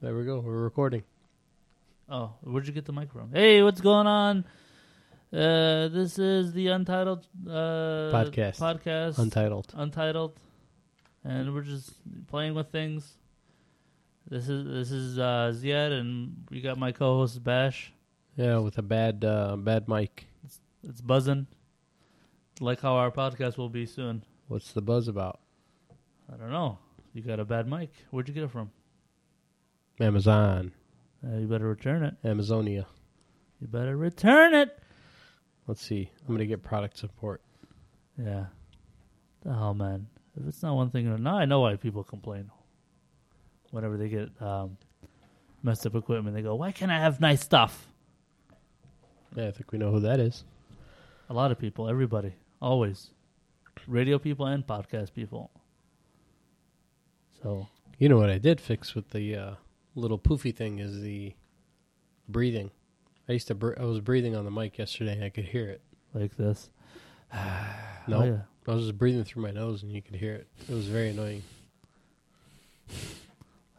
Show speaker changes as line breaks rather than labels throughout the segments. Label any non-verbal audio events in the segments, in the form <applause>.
There we go. We're recording.
Oh, where'd you get the mic from? Hey, what's going on? Uh, this is the Untitled uh,
Podcast.
Podcast
Untitled.
Untitled, and we're just playing with things. This is this is uh, Ziad, and we got my co-host Bash.
Yeah, with a bad uh, bad mic.
It's buzzing, like how our podcast will be soon.
What's the buzz about?
I don't know. You got a bad mic. Where'd you get it from?
Amazon.
Uh, you better return it.
Amazonia.
You better return it.
Let's see. I'm gonna get product support.
Yeah. Oh man, if it's not one thing or now I know why people complain. Whenever they get um, messed up equipment, they go, "Why can't I have nice stuff?"
Yeah, I think we know who that is.
A lot of people, everybody, always, radio people and podcast people. So
You know what I did fix with the uh, little poofy thing is the breathing. I used to. Br- I was breathing on the mic yesterday, and I could hear it.
like this,
No,
Oh, yeah.
I was just breathing through my nose, and you could hear it. It was very annoying.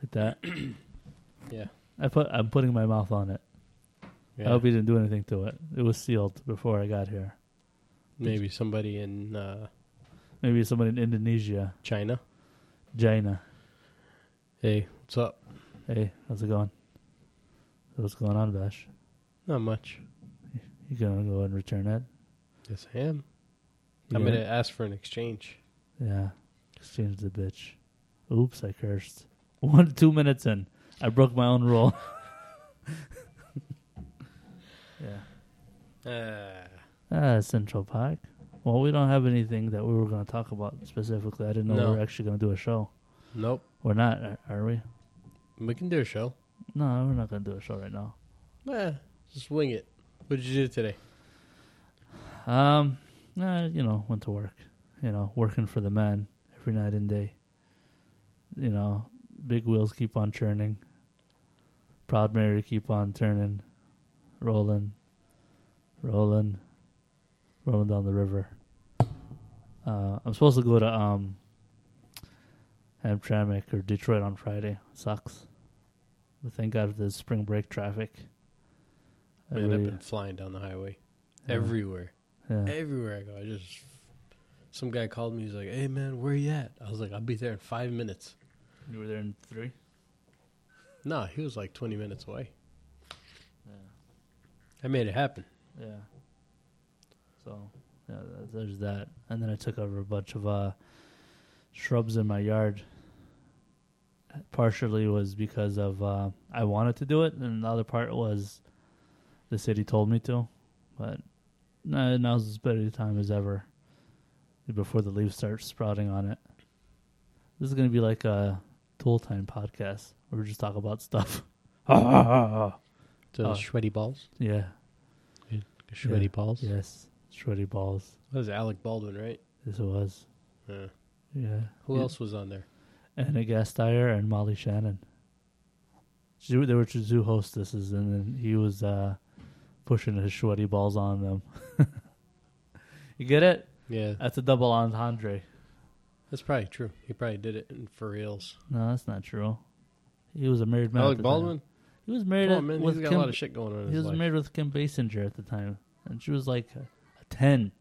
like that.
<clears throat> Yeah.
I put I'm putting my mouth on it.
Yeah.
I hope you didn't do anything to it. It was sealed before I got here.
Maybe somebody in uh,
Maybe somebody in Indonesia,
China.
China.
Hey, what's up?
Hey, how's it going? What's going on, Bash?
Not much.
You gonna go and return it?
Yes, I am.
You
I'm
got
gonna
it?
ask for an exchange.
Yeah. Exchange the bitch. Oops, I cursed. <laughs> One two minutes in. I broke my own rule. <laughs> yeah.
Uh,
Ah, Central Park. Well, we don't have anything that we were gonna talk about specifically. I didn't know
No.
we were actually gonna do a show.
nope.
We're not, are- are we?
We can do a show.
No, we're not gonna do a show right now.
Eh, just wing it. What did you do today?
Um, uh, you know, went to work. You know, working for the man every night and day. You know, big wheels keep on churning. Proud Mary keep on turning, rolling, rolling, rolling down the river. Uh, I'm supposed to go to um, Hamtramck or Detroit on Friday. Sucks. But thank God for the spring break traffic. I
Man, I've
really-
been flying down the highway.
Yeah.
Everywhere.
yeah.
Everywhere I go. I just. Some guy called me. He's like, hey, man, where you at? I was like, I'll be there in five minutes.
You were there in three?
No, he was like 20 minutes away.
Yeah.
I made it happen.
Yeah. So yeah, th- there's that. And then I took over a bunch of uh, shrubs in my yard. Partially was because of uh, I wanted to do it, and the other part was the city told me to. But no- now's as better a time as ever before the leaves start sprouting on it. This is gonna be like a tool time podcast where we just talk about stuff. <laughs>
To
Oh.
the sweaty balls.
yeah.
The sweaty
Yeah.
balls.
Yes. Shreddy balls.
That was Alec Baldwin, right?
This was.
Yeah.
Yeah.
Who
Yeah.
else was on there?
Anna Gasteyer and Molly Shannon. She, they were two zoo hostesses, and then he was uh, pushing his sweaty balls on them. <laughs> you get it?
Yeah,
That's a double entendre.
that's probably true. He probably did it in for reals.
No, that's not true. He was a married man. at
Alec
the time.
Baldwin?
He was married
Come
at-
on, man. He's
with
got
Kim.
a lot of shit going on in
he
his
was
life.
married with Kim Basinger at the time, and she was like a, a ten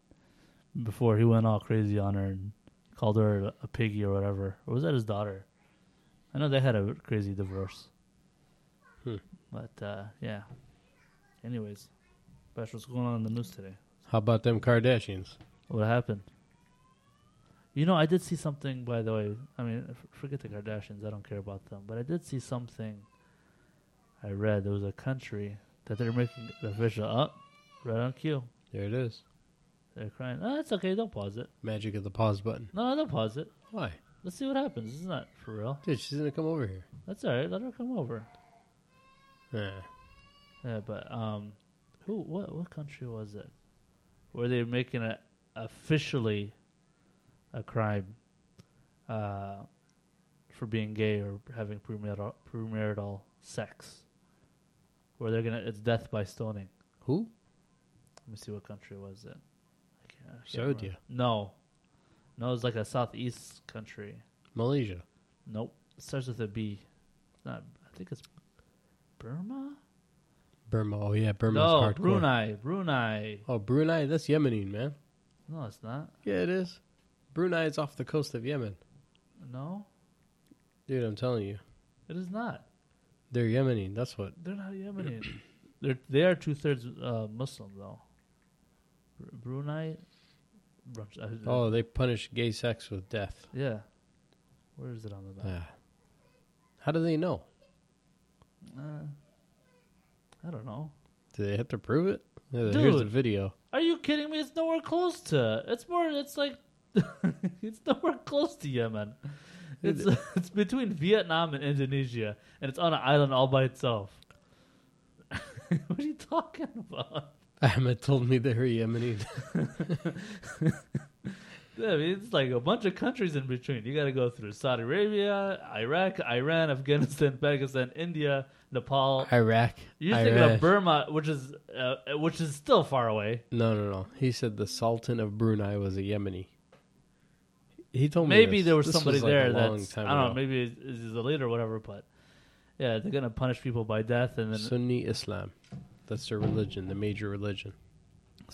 before he went all crazy on her and called her a, a piggy or whatever. Or was that his daughter? I know they had a crazy divorce.
Hmm.
But uh, yeah. Anyways, Bash, what's going on in the news today?
How about them Kardashians?
What happened? You know, I did see something. By the way, I mean, f- forget the Kardashians. I don't care about them. But I did see something. I read there was a country that they're making it official up, right on cue.
There it is.
They're crying. Oh, it's okay. Don't pause it.
Magic of the pause button.
No, don't pause it.
Why?
Let's see what happens. This is not for real.
Dude, she's gonna come over here.
That's all right. Let her come over.
Yeah.
Yeah, but um, who? What? What country was it? Where they were making it officially a crime uh, for being gay or having premarital, premarital sex? Where they're gonna? It's death by stoning.
Who?
Let me see what country was it. I can't, I can't
Saudi.
remember. No, no, it's like a southeast country.
Malaysia.
Nope, it starts with a B. Not. I think it's Burma.
Burma. Oh yeah, Burma's
no,
hardcore.
Brunei. Brunei.
Oh, Brunei. That's Yemeni, man.
No, it's not.
Yeah, it is. Brunei is off the coast of Yemen,
No,
dude. I'm telling you,
it is not.
they're Yemeni. That's what.
They're not Yemeni. They're they are two thirds uh, Muslim though. Br- Brunei. Br- uh,
Oh, they punish gay sex with death.
yeah. Where is it on the map?
Ah. How do they know?
Uh, I don't know.
Do they have to prove it? Yeah, Here's the
Dude.
video. <laughs>
Are you kidding me? It's nowhere close to. It's more. It's like. <laughs> it's nowhere close to Yemen. It's <laughs> it's between Vietnam and Indonesia, and it's on an island all by itself. <laughs> what are you talking about?
Ahmed told me they're Yemeni.
Yeah, I mean, it's like a bunch of countries in between. You got to go through Saudi Arabia, Iraq, Iran, Afghanistan, <laughs> Pakistan, India, Nepal.
Iraq.
You're thinking of
Iran.
Burma, which is uh, which is still far away.
No, no, no. He said the Sultan of Brunei was a Yemeni. He told me
maybe
this.
there was
Oh, This
somebody
like, a
there
long
that's I
time
don't know.
ago.
Maybe is- is the leader or whatever. But yeah, they're gonna punish people by death, and then so,
Sunni Islam. That's their religion, the major religion.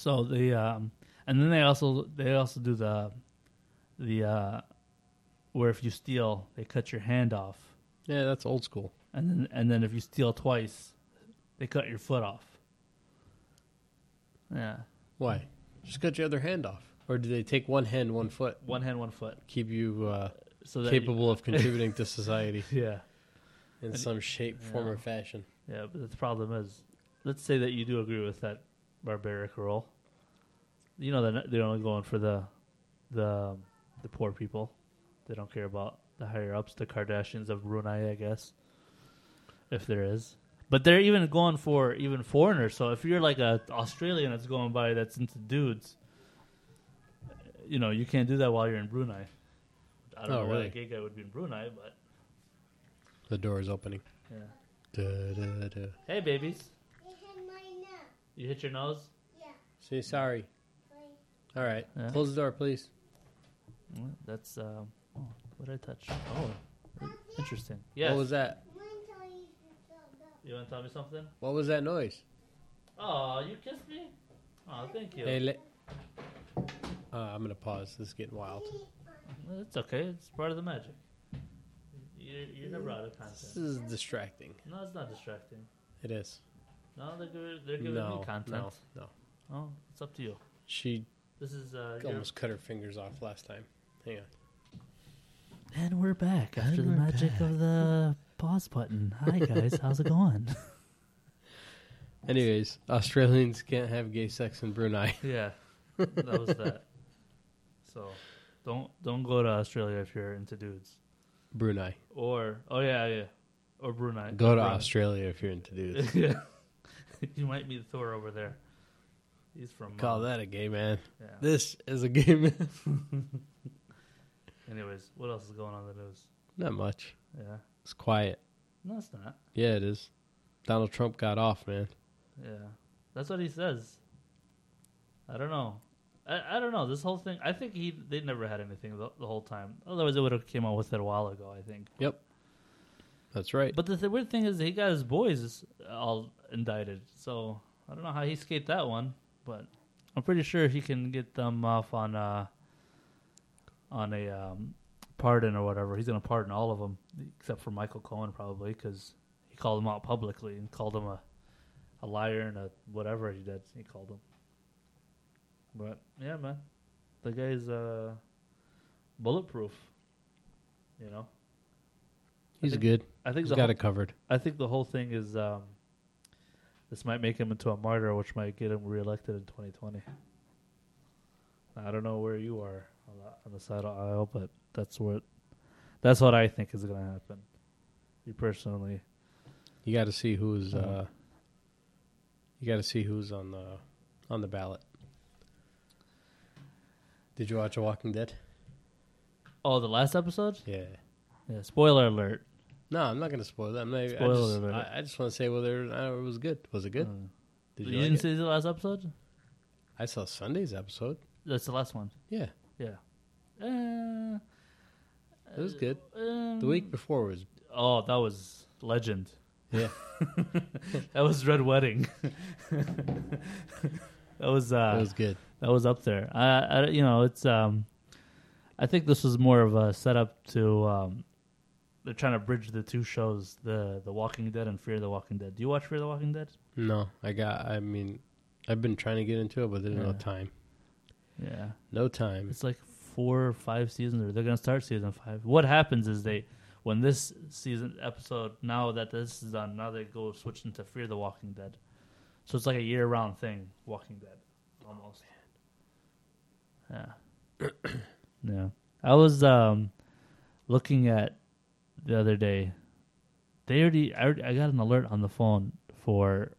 the um, and then they also they also do the the uh, where if you steal they cut your hand off,
Yeah, that's old school.
and then and then if you steal twice, they cut your foot off. Yeah,
Why? Just cut your other hand off, or do they take one hand, one foot,
one hand, one foot.
keep you uh,
So that you-
capable of contributing to society
<laughs> yeah,
in some shape, form, or
Yeah.
fashion?
yeah. But the problem is, let's say that you do agree with that barbaric rule. You know they're not- they're only going for the the um, the poor people. They don't care about the higher ups, the Kardashians of Brunei, I guess, if there is. But they're even going for even foreigners. So if you're like a Australian that's going by that's into dudes, you know you can't do that while you're in Brunei. I don't
Oh,
know why
really?
that gay guy would be in Brunei, but
The door is opening.
yeah.
Da, da, da.
Hey, babies,
I had mine up.
you hit your nose.
Yeah.
Say sorry.
Like,
All right,
Yeah.
close the door, please.
Mm, That's um, oh, what I touch. Oh, i- interesting. Yes.
What was that?
mine tell you to shut up.
You want to tell me something?
What was that noise?
Oh, you kissed me. Oh, thank you.
Hey, le- uh, I'm gonna pause. This is getting wild.
Well, It's okay. It's part of the magic. You're, you're never out of
This
content.
is distracting.
No, it's not distracting.
It is.
No, they're, gi- they're giving
No,
me content.
no, no.
Oh, it's up to you.
She
This is uh. your-
almost cut her fingers off last time. Hang on.
And we're back
And
after the
we're
magic of the pause button. Hi guys, how's it going?
Anyways, Australians can't have gay sex in Brunei.
<laughs> Yeah, that was that. So, don't don't go to Australia if you're into dudes.
Brunei.
Or oh yeah yeah, or Brunei.
Go to
Brunei.
Australia if you're into
<laughs>
dudes.
yeah, you might meet Thor over there. He's from uh,
Call that a gay man.
Yeah.
This is a gay man. <laughs>
Anyways, what else is going on in the news?
Not much.
Yeah,
It's quiet.
no, it's not.
Yeah, it is. Donald Trump got off, man.
Yeah, that's what he says. I don't know. I, I don't know this whole thing. I think he they never had anything the, the whole time. Otherwise, it would have came out with it a while ago. I think.
Yep. That's right.
But the th- weird thing is, he got his boys all indicted. So I don't know how he escaped that one, but I'm pretty sure he can get them off on uh, on a um, pardon or whatever. He's going to pardon all of them except for Michael Cohen probably because he called him out publicly and called him a a liar and a whatever he did. He called him. But yeah, man, the guy's uh, bulletproof. You know,
He's good.
I think
He's
the
got
whole-
it covered.
I think the whole thing is um, this might make him into a martyr, which might get him reelected in 2020. I don't know where you are on the, on the side of the aisle, but that's what that's what I think is going to happen. You personally,
You got to see who's uh,
Uh-huh.
you got to see who's on the on the ballot. Did you watch a Walking Dead?
oh, the last episode,
Yeah.
yeah. Spoiler alert.
No, I'm not going to spoil that. I'm not. I
Spoiler
just,
alert.
I, I just want to say whether uh, it was good. Was it good?
Uh,
Did
you,
you, like
didn't
it?
see the last episode?
I saw Sunday's episode.
That's the last one.
Yeah,
Yeah. Uh,
it was good.
um, Mm.
The week before was
Oh, that was legend.
<laughs> Yeah.
That was Red Wedding. <laughs> that was uh
that was good.
that was up there. I, I you know it's um, I think this was more of a setup to um, they're trying to bridge the two shows, the The Walking Dead and Fear the Walking Dead. Do you watch Fear the Walking Dead?
No, I got. I mean, I've been trying to get into it, but there's no
Yeah.
time.
Yeah,
No time.
it's like four or five seasons, or they're gonna start season five. What happens is they when this season episode now that this is done, now they go switch into Fear the Walking Dead. So it's like a year round thing, Walking Dead, almost. Yeah.
<coughs>
yeah. I was um looking at the other day. They already I, already I got an alert on the phone for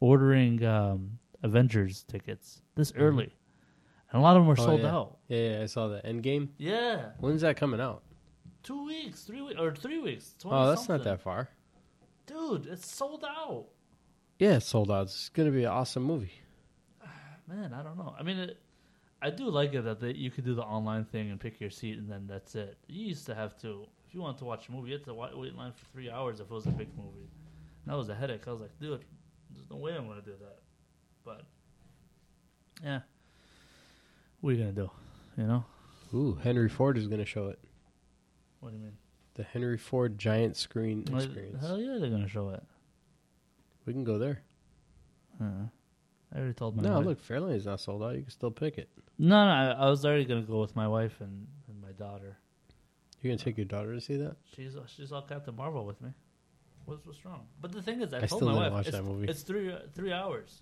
ordering um Avengers tickets this early. And a lot of them were
Mm-hmm. Oh,
sold
yeah.
out.
Yeah, yeah, I saw that end game.
Yeah.
When's that coming out?
2 weeks, 3 weeks or 3 weeks. 20
Oh, that's
something.
not that far.
Dude, it's sold out.
Yeah, it's sold out. It's gonna be an awesome movie.
Man, I don't know. I mean, it, I do like it that they, you could do the online thing and pick your seat, and then that's it. You used to have to, if you wanted to watch a movie, you had to wa- wait in line for three hours if it was a big movie. And that was a headache. I was like, dude, there's no way I'm going to do that. But, yeah. What are you going to do? You know?
Ooh, Henry Ford is gonna show it.
What do you mean?
The Henry Ford giant screen
Like,
experience.
hell yeah, they're going to show it.
We can go there.
Uh, I already told my
no,
wife.
look, Fairlane's not sold out. You can still pick it.
No, no, I, I was already going to go with my wife and, and my daughter.
You're gonna take your daughter to see that?
She's she's all Captain Marvel with me. What's what's wrong? But the thing is, I,
I
told
still
my
didn't
wife
watch
it's,
that movie.
It's three three hours.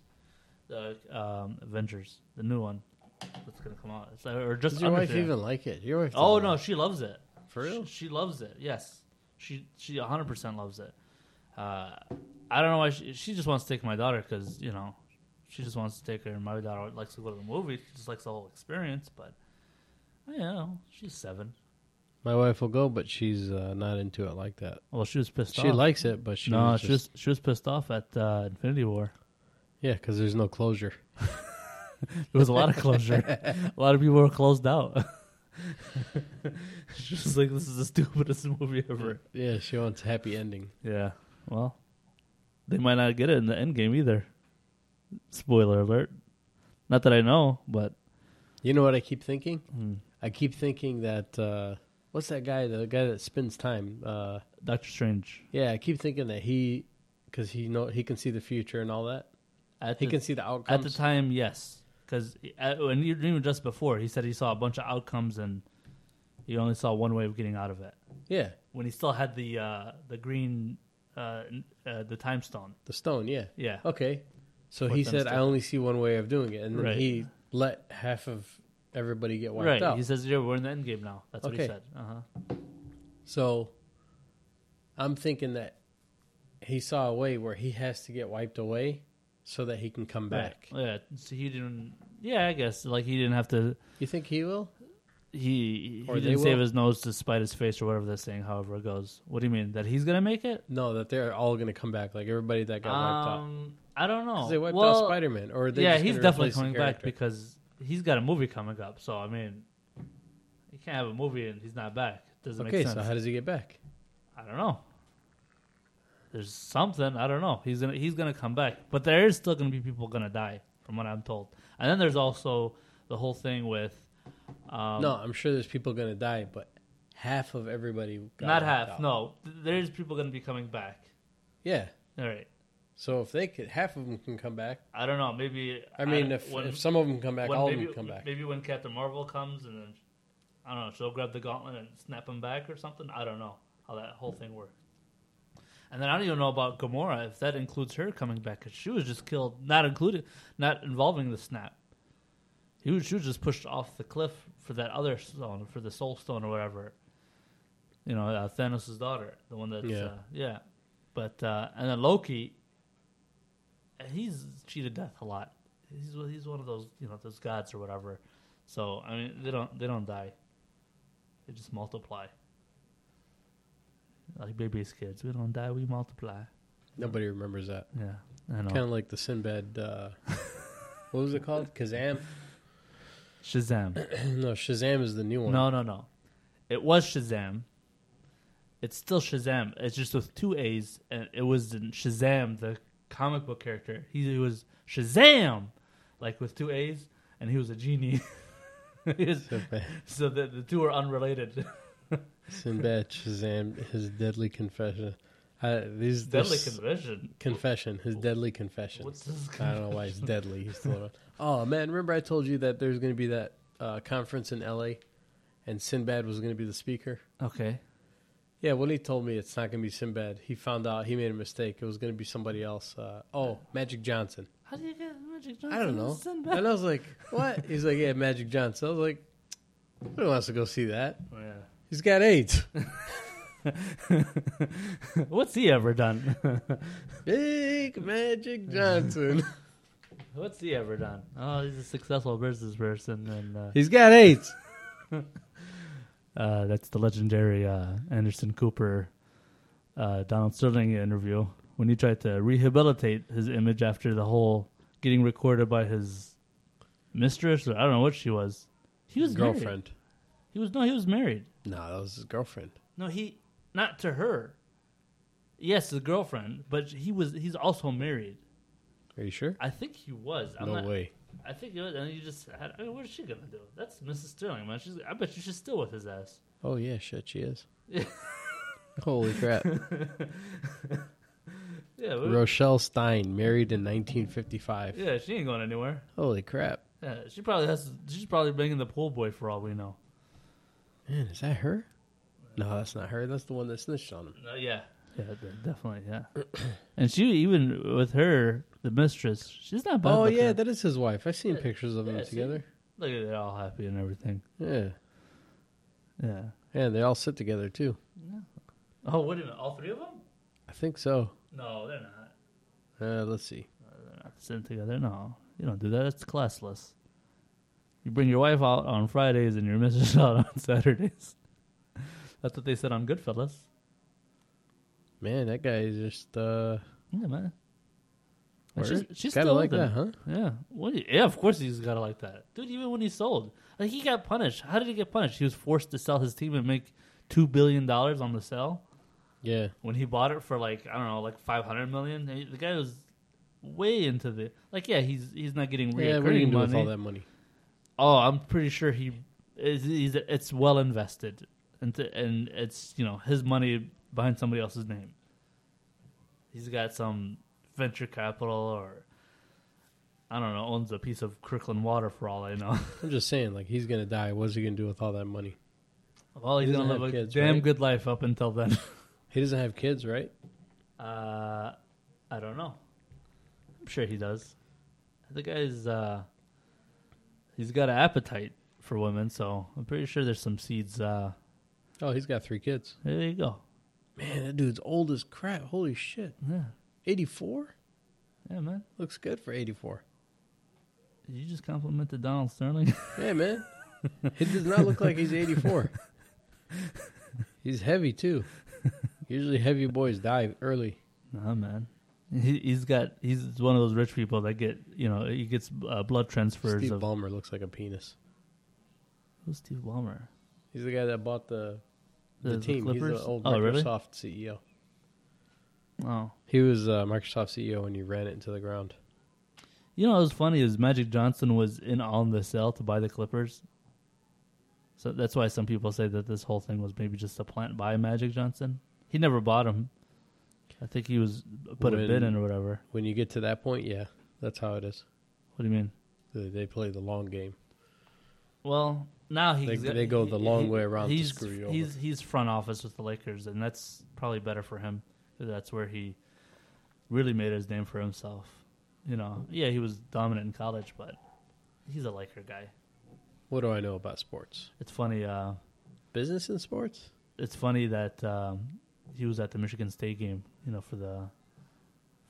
The um, Avengers, the new one that's gonna come out. It's, or just
Does your
under
wife
three hours.
even like it? Your wife?
Oh
doesn't
no,
like
she loves it.
it. for real?
She, she loves it. Yes, she she 100 percent loves it. Uh, I don't know why she, she just wants to take my daughter because you know she just wants to take her. and My daughter likes to go to the movies. She just likes the whole experience. But you know, she's seven.
My wife will go, but she's uh, not into it like that.
Well, she was pissed off.
She likes it, but she
no,
was
she
just
was she was pissed off at uh, Infinity War.
yeah, because there's no closure.
There was a lot of closure.
<laughs>
a lot of people were closed out. <laughs> she was like, "This is the stupidest movie ever."
Yeah, she wants a happy ending.
Yeah. Well, they might not get it in the end game either. Spoiler alert. Not that I know, but
You know what I keep thinking?
mm,
I keep thinking that uh, what's that guy? The guy that spins time. Uh,
Doctor Strange.
yeah, I keep thinking that he, because he know he can see the future and all that.
At
He
the,
can see the
at
outcomes.
the time, yes, because and you- even just before, he said he saw a bunch of outcomes and he only saw one way of getting out of it.
Yeah,
when he still had the uh, the green uh, n- uh, the time stone.
the stone. Yeah.
Yeah,
Okay. So
Fourth
he
time
said, "I
stone.
only see one way of doing it," and then
Right.
he let half of everybody get wiped
right.
out.
He says, "Yeah, we're in the end game now." That's what he
Okay.
said. Uh-huh.
So I'm thinking that he saw a way where he has to get wiped away so that he can come back.
Yeah. So he didn't. Yeah, I guess like he didn't have to.
You think he will?
He
Or
he
they
didn't save
will.
his nose to spite his face or whatever that saying. However it goes. What do you mean that he's gonna make it?
No, that they're all going to come back, like everybody that got wiped out.
Um, I don't know.
'Cause they wiped
well,
out Spider Man, or they
yeah,
just
he's
gonna
definitely
replace the
coming back
character?
because he's got a movie coming up. So I mean, you can't have a movie and he's not back. Doesn't
Okay,
make sense.
so how does he get back?
I don't know. There's something I don't know. He's gonna he's gonna come back, but there is still gonna be people gonna die, from what I'm told. And then there's also the whole thing with um,
no, I'm sure there's people going to die, but half of everybody got
not
wiped
half.
out.
No, Th- there's people gonna be coming back.
Yeah.
All right,
So if they could, half of them can come back.
I don't know. Maybe
I mean,
don't-
if if some of them come back,
when
all
maybe,
of them come back.
Maybe when Captain Marvel comes and then I don't know, she'll grab the gauntlet and snap him back or something. I don't know how that whole thing works. And then I don't even know about Gamora if that includes her coming back because she was just killed, not included, not involving the snap. He was, she was just pushed off the cliff for that other stone, for the Soul Stone or whatever. You know, uh, Thanos' daughter, the one that's
Yeah.
uh, yeah. But uh, and then Loki, he's cheated death a lot. He's he's one of those you know those gods or whatever. So I mean they don't they don't die. They just multiply. Like baby's kids, we don't die, we multiply.
Nobody remembers that.
Yeah, I know.
Kind of like the Sinbad. <laughs> Uh, what was it called? Kazam? <clears throat>
Shazam.
no, Shazam is the new one.
No, no, no. It was Shazam. It's still Shazam. It's just with two A's, and it was in Shazam, the comic book character. He, was Shazam, like with two A's, and he was a genie. <laughs> He was-
So bad.
so the, the two are unrelated. <laughs>
Sinbad Shazam, his deadly confession. Uh, these
Deadly
this-
conversion.
confession, his deadly confession.
What's this?
I don't know why it's deadly. He's still around. Oh man, remember I told you that there's going to be that uh, conference in L.A. and Sinbad was going to be the speaker.
Okay.
Yeah, when he told me it's not going to be Sinbad, he found out he made a mistake. It was going to be somebody else. Uh, oh, Magic Johnson.
How do you get Magic Johnson?
I don't know. And I was like, <laughs> what? He's like, yeah, Magic Johnson. I was like, who wants to go see that?
Oh,
He's got <laughs> AIDS.
<laughs> What's he ever done? <laughs>
Big Magic <laughs> Johnson.
What's he ever done? Oh, he's a successful business person, and uh,
He's got AIDS.
uh, that's the legendary uh, Anderson Cooper, uh, Donald Sterling interview when he tried to rehabilitate his image after the whole getting recorded by his mistress or I don't know what she was. He was married.
girlfriend.
He was no, he was married.
No, that was his girlfriend.
No, he not to her. Yes, his girlfriend, but he was he's also married.
Are you sure?
I think he was. I'm
no
not,
way.
I think it was, and you just had. I mean, what is she gonna do? That's Mrs. Sterling, man. She's. I bet you she's still with his ass. <laughs>
Oh yeah, shit, she is. <laughs> Holy <laughs> crap.
Yeah, we-
Rochelle Stein, married in 1955.
yeah. She ain't going anywhere.
Holy crap.
Yeah, she probably has. She's probably banging the pool boy for all we know.
Man, is that her? No, that's not her. That's the one that snitched on him.
No, Uh, yeah, yeah, de- definitely, yeah. <clears throat> and she even with her, the mistress. She's not bad.
Oh
looking.
yeah, that is his wife. I've seen
Yeah,
pictures of them
yeah, see?
together.
look at they're all happy and everything.
Yeah.
Yeah.
Yeah, they all sit together too.
Oh wait a minute, all three of them?
I think so.
No, they're not.
Uh, let's see.
They're not sitting together. No, you don't do that. That's classless. You bring your wife out on Fridays and your missus <laughs> out on Saturdays. That's what they said on Goodfellas.
Man, that guy is just uh
Yeah, man. Like,
word.
she's she's
Kinda
still
like
with
that,
him.
huh?
Yeah. What do you- yeah, of course he's got to like that. Dude, even when he sold, like he got punished. How did he get punished? He was forced to sell his team and make $2 billion on the sell
Yeah.
when he bought it for like, I don't know, like 500 million. He- The guy was way into the. Like, yeah, he's he's not getting reoccurring
Yeah, what are you gonna do
money.
with all that money?
Oh, I'm pretty sure he is. He's, it's well invested, and to, and it's you know his money behind somebody else's name. He's got some venture capital, or I don't know, owns a piece of Kirkland Water for all I know. <laughs>
I'm just saying, like he's gonna die. What's he gonna do with all that money?
well, he's
He doesn't
gonna live a
have kids,
damn
right?
good life up until then. <laughs>
He doesn't have kids, right?
Uh, I don't know. I'm sure he does. The guy's uh, he's got an appetite for women, so I'm pretty sure there's some seeds. Uh,
Oh, he's got three kids.
there you go.
Man, that dude's old as crap. Holy shit.
Yeah.
84?
Yeah, man.
Looks good for 84.
Did you just complimented Donald Sterling? <laughs>
Hey, man. He does not look like he's 84. He's heavy, too. Usually heavy boys die early.
nah, man. He, he's got. He's one of those rich people that get. You know, he gets uh, blood transfers
Steve
of.
Ballmer looks like a penis.
who's Steve Ballmer?
He's the guy that bought the, the, team. he's
Clippers?
the old
oh, really?
Microsoft CEO.
Oh,
He was uh, Microsoft CEO and he ran it into the ground.
you know what was funny is Magic Johnson was in on the sale to buy the Clippers. So that's why some people say that this whole thing was maybe just a plant by Magic Johnson. He never bought him. I think he was put a
When-
bid in or whatever.
When you get to that point, yeah, that's how it is.
What do you mean?
They they play the long game.
Well, now he's
They- they go the long way around to
He's
screw you over.
he's he's front office with the Lakers, and that's probably better for him. 'cause That's where he really made his name for himself. You know, yeah, he was dominant in college, but he's a Laker guy.
What do I know about sports?
It's funny. Uh,
Business and sports?
it's funny that um, he was at the Michigan State game. You know, for the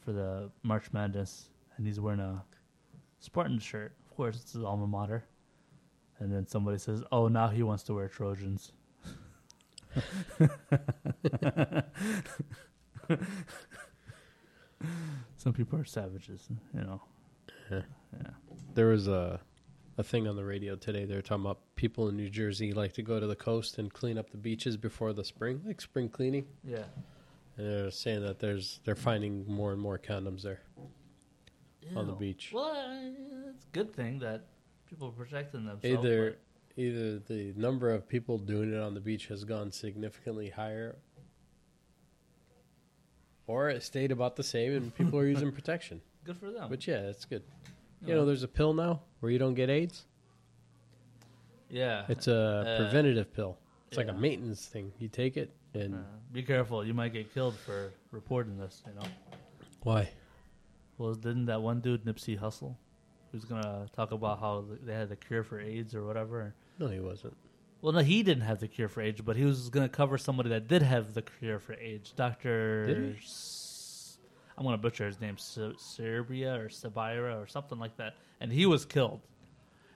for the March Madness, and he's wearing a Spartan shirt. Of course, it's his alma mater. And then somebody says, "Oh, now he wants to wear Trojans." <laughs> Some people are savages, you know.
There was a a thing on the radio today. They're talking about people in New Jersey like to go to the coast and clean up the beaches before the spring, like spring cleaning.
Yeah.
And they're saying that there's they're finding more and more condoms there on the
Oh.
beach.
Well, uh, it's a good thing that people are protecting themselves.
either either the number of people doing it on the beach has gone significantly higher or it stayed about the same and people
<laughs>
are using protection
but good for them.
but yeah it's good
you
you know
know.
there's a pill now where you don't get aids
yeah.
it's a
Uh,
preventative pill it's like
yeah.
a maintenance thing you take it and
Uh, be careful. You might get killed for reporting this. You know.
why
Well, didn't that one dude Nipsey Hussle, who's gonna talk about how th- they had the cure for AIDS or whatever?
no he wasn't
Well, no, he didn't have the cure for AIDS, but he was gonna cover somebody that did have the cure for AIDS. Doctor,
Did he?
I'm gonna butcher his name, Se- Serbia or Sabira or something like that, and he was killed.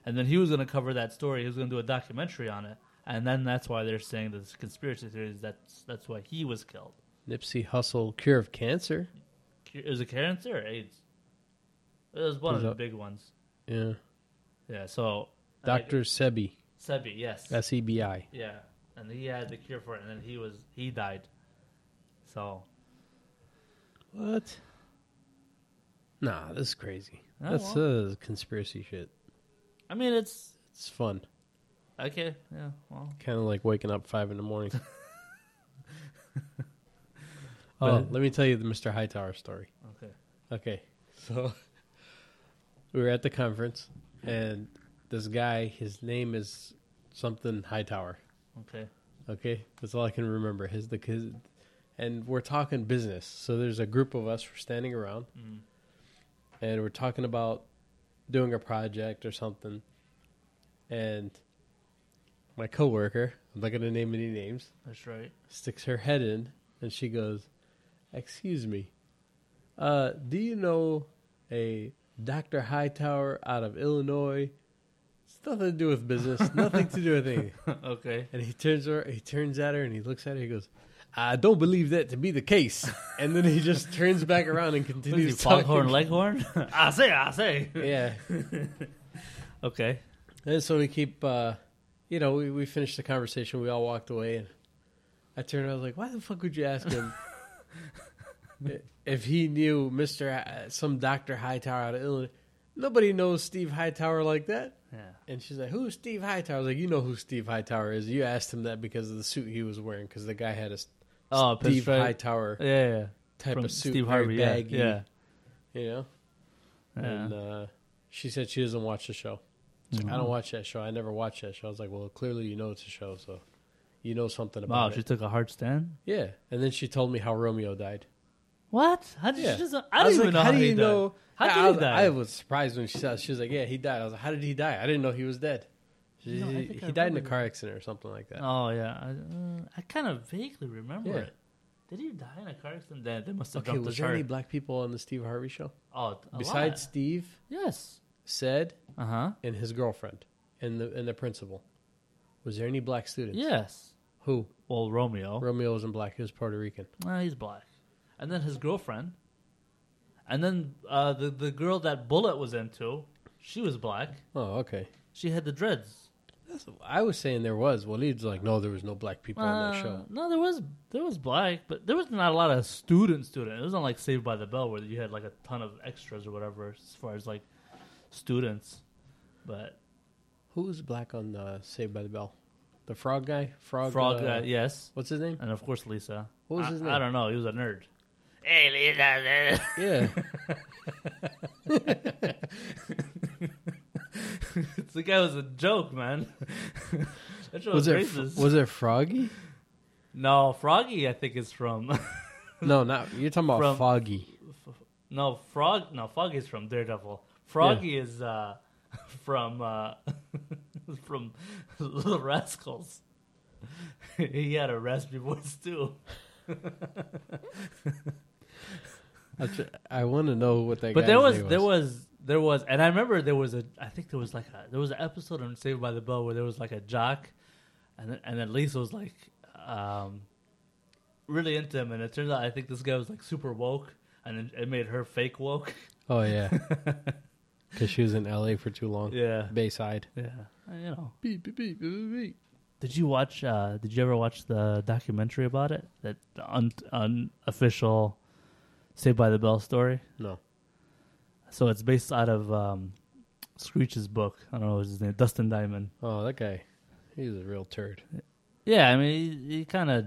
And then he was gonna cover that story. He was gonna do a documentary on it, and then that's why they're saying this conspiracy theory is that's that's why he was killed.
nipsey hustle cure of cancer
Cure- It was a cancer or AIDS. It was one of
Was
the
that-
big ones.
yeah
Yeah. So
dr sebi E
Sebi, yes.
s-e-b-i
yeah, and he had the cure for it, and then he was he died. So
what nah this is crazy
Oh,
that's uh, conspiracy shit
I mean, it's
it's fun
okay. Yeah. Well.
Kind of like waking up five in the <laughs> morning.
Oh.
But let me tell you the Mr. Hightower story.
Okay.
Okay, so we were at the conference, and this guy, his name is something Hightower.
Okay.
Okay, that's all I can remember. His the his, and we're talking business. So there's a group of us we're standing around,
Mm.
and we're talking about doing a project or something. And my coworker, I'm not gonna name any names,
That's right. <laughs>
sticks her head in and she goes, "Excuse me, uh, do you know a Doctor Hightower out of Illinois? It's nothing to do with business, nothing to do with anything."
okay.
And he turns her, he turns at her, and he looks at her. He goes, "I don't believe that to be the case."
<laughs>
And then he just turns back around and
What is
continues
he, foghorn
talking. <laughs>
leghorn? I say, I say.
yeah,
<laughs> Okay.
And so we keep, uh, you know, we, we finished the conversation. We all walked away, and I turned. I was like, "Why the fuck would you ask
<laughs>
him i- if he knew Mister uh, some Doctor Hightower out of Illinois? Nobody knows Steve Hightower like that."
Yeah.
And she's like, "Who's Steve Hightower?" I was like, "You know who Steve Hightower is. You asked him that because of the suit he was wearing, because the guy had a s-
Oh,
Steve
pinstripe.
Hightower
Yeah. yeah.
type
From
of suit,
Steve
very
Harvey. Yeah.
baggy,
Yeah.
you know."
yeah.
And uh, she said she doesn't watch the show. She's like, I
Mm.
don't watch that show. I never watched that show. I was like, well, clearly you know it's a show, so you know something
wow.
about
She
it.
took a hard stand.
Yeah. And then she told me how Romeo died.
What? How did
Yeah.
she just? I don't
was
even
like,
know how,
do
he
you
died.
know?
How
Yeah,
did
I
he
was,
die?
I was surprised when she said she was like, yeah, he died. I was like, how did he die? I didn't know he was dead. She,
No, I
he
think I
he died in a
remember
car accident or something like that.
Oh yeah, I, uh, I kind of vaguely remember
Yeah.
it. Did he die in a car accident? They, they must have
okay,
jumped
was
the
there
shark.
any black people on the Steve Harvey show
oh, a
besides
lot.
Steve,
yes.
said,
Uh huh.
and his girlfriend and the and the principal? Was there any black students?
Yes.
Who?
Well, Romeo.
Romeo wasn't black. He was Puerto Rican.
Nah, he's black. And then his girlfriend. And then uh, the the girl that Bullet was into, she was black.
Oh, okay.
She had the dreads.
That's, I was saying there was. Waleed's like, no, there was no black people on Oh, that
Uh,
show.
No, there was there was black, but there was not a lot of student student. It wasn't like Saved by the Bell where you had like a ton of extras or whatever as far as like students. But
Who was black on uh, Saved by the Bell? The frog guy? Frog,
Frog,
uh,
uh, yes,
What's his
<laughs>
name?
and of course Lisa.
What was
I,
his
I
name?
don't know. He was a nerd. <laughs> Hey, Lisa.
Yeah.
the guy was a joke, man. <laughs> that show
was,
was,
it,
racist.
was it Froggy?
no, Froggy, I think is from. <laughs>
No, not. You're talking about
From-
Foggy.
no, Frog. No, Foggy's from Daredevil. Froggy is uh, <laughs> from uh, <laughs> from <laughs> Little Rascals. <laughs> he had a raspy voice too.
That's, I want to know what that
But
guy's
there was,
name
there was there was and I remember there was a I think there was like a there was an episode on Saved by the Bell where there was like a jock and then, and then Lisa was like um really into him and it turns out I <laughs> think this guy was like super woke and it, it made her fake woke.
Oh, yeah. because she was in L.A. for too long.
<laughs> Yeah.
Bayside.
Yeah. Uh, You know.
Beep beep beep beep beep.
Did you watch? Uh, did you ever watch the documentary about it? That un- unofficial Saved by the Bell story.
No.
So it's based out of um, Screech's book. I don't know what his name, Dustin Diamond.
Oh, that guy. He's a real turd.
Yeah, I mean, he, he kind of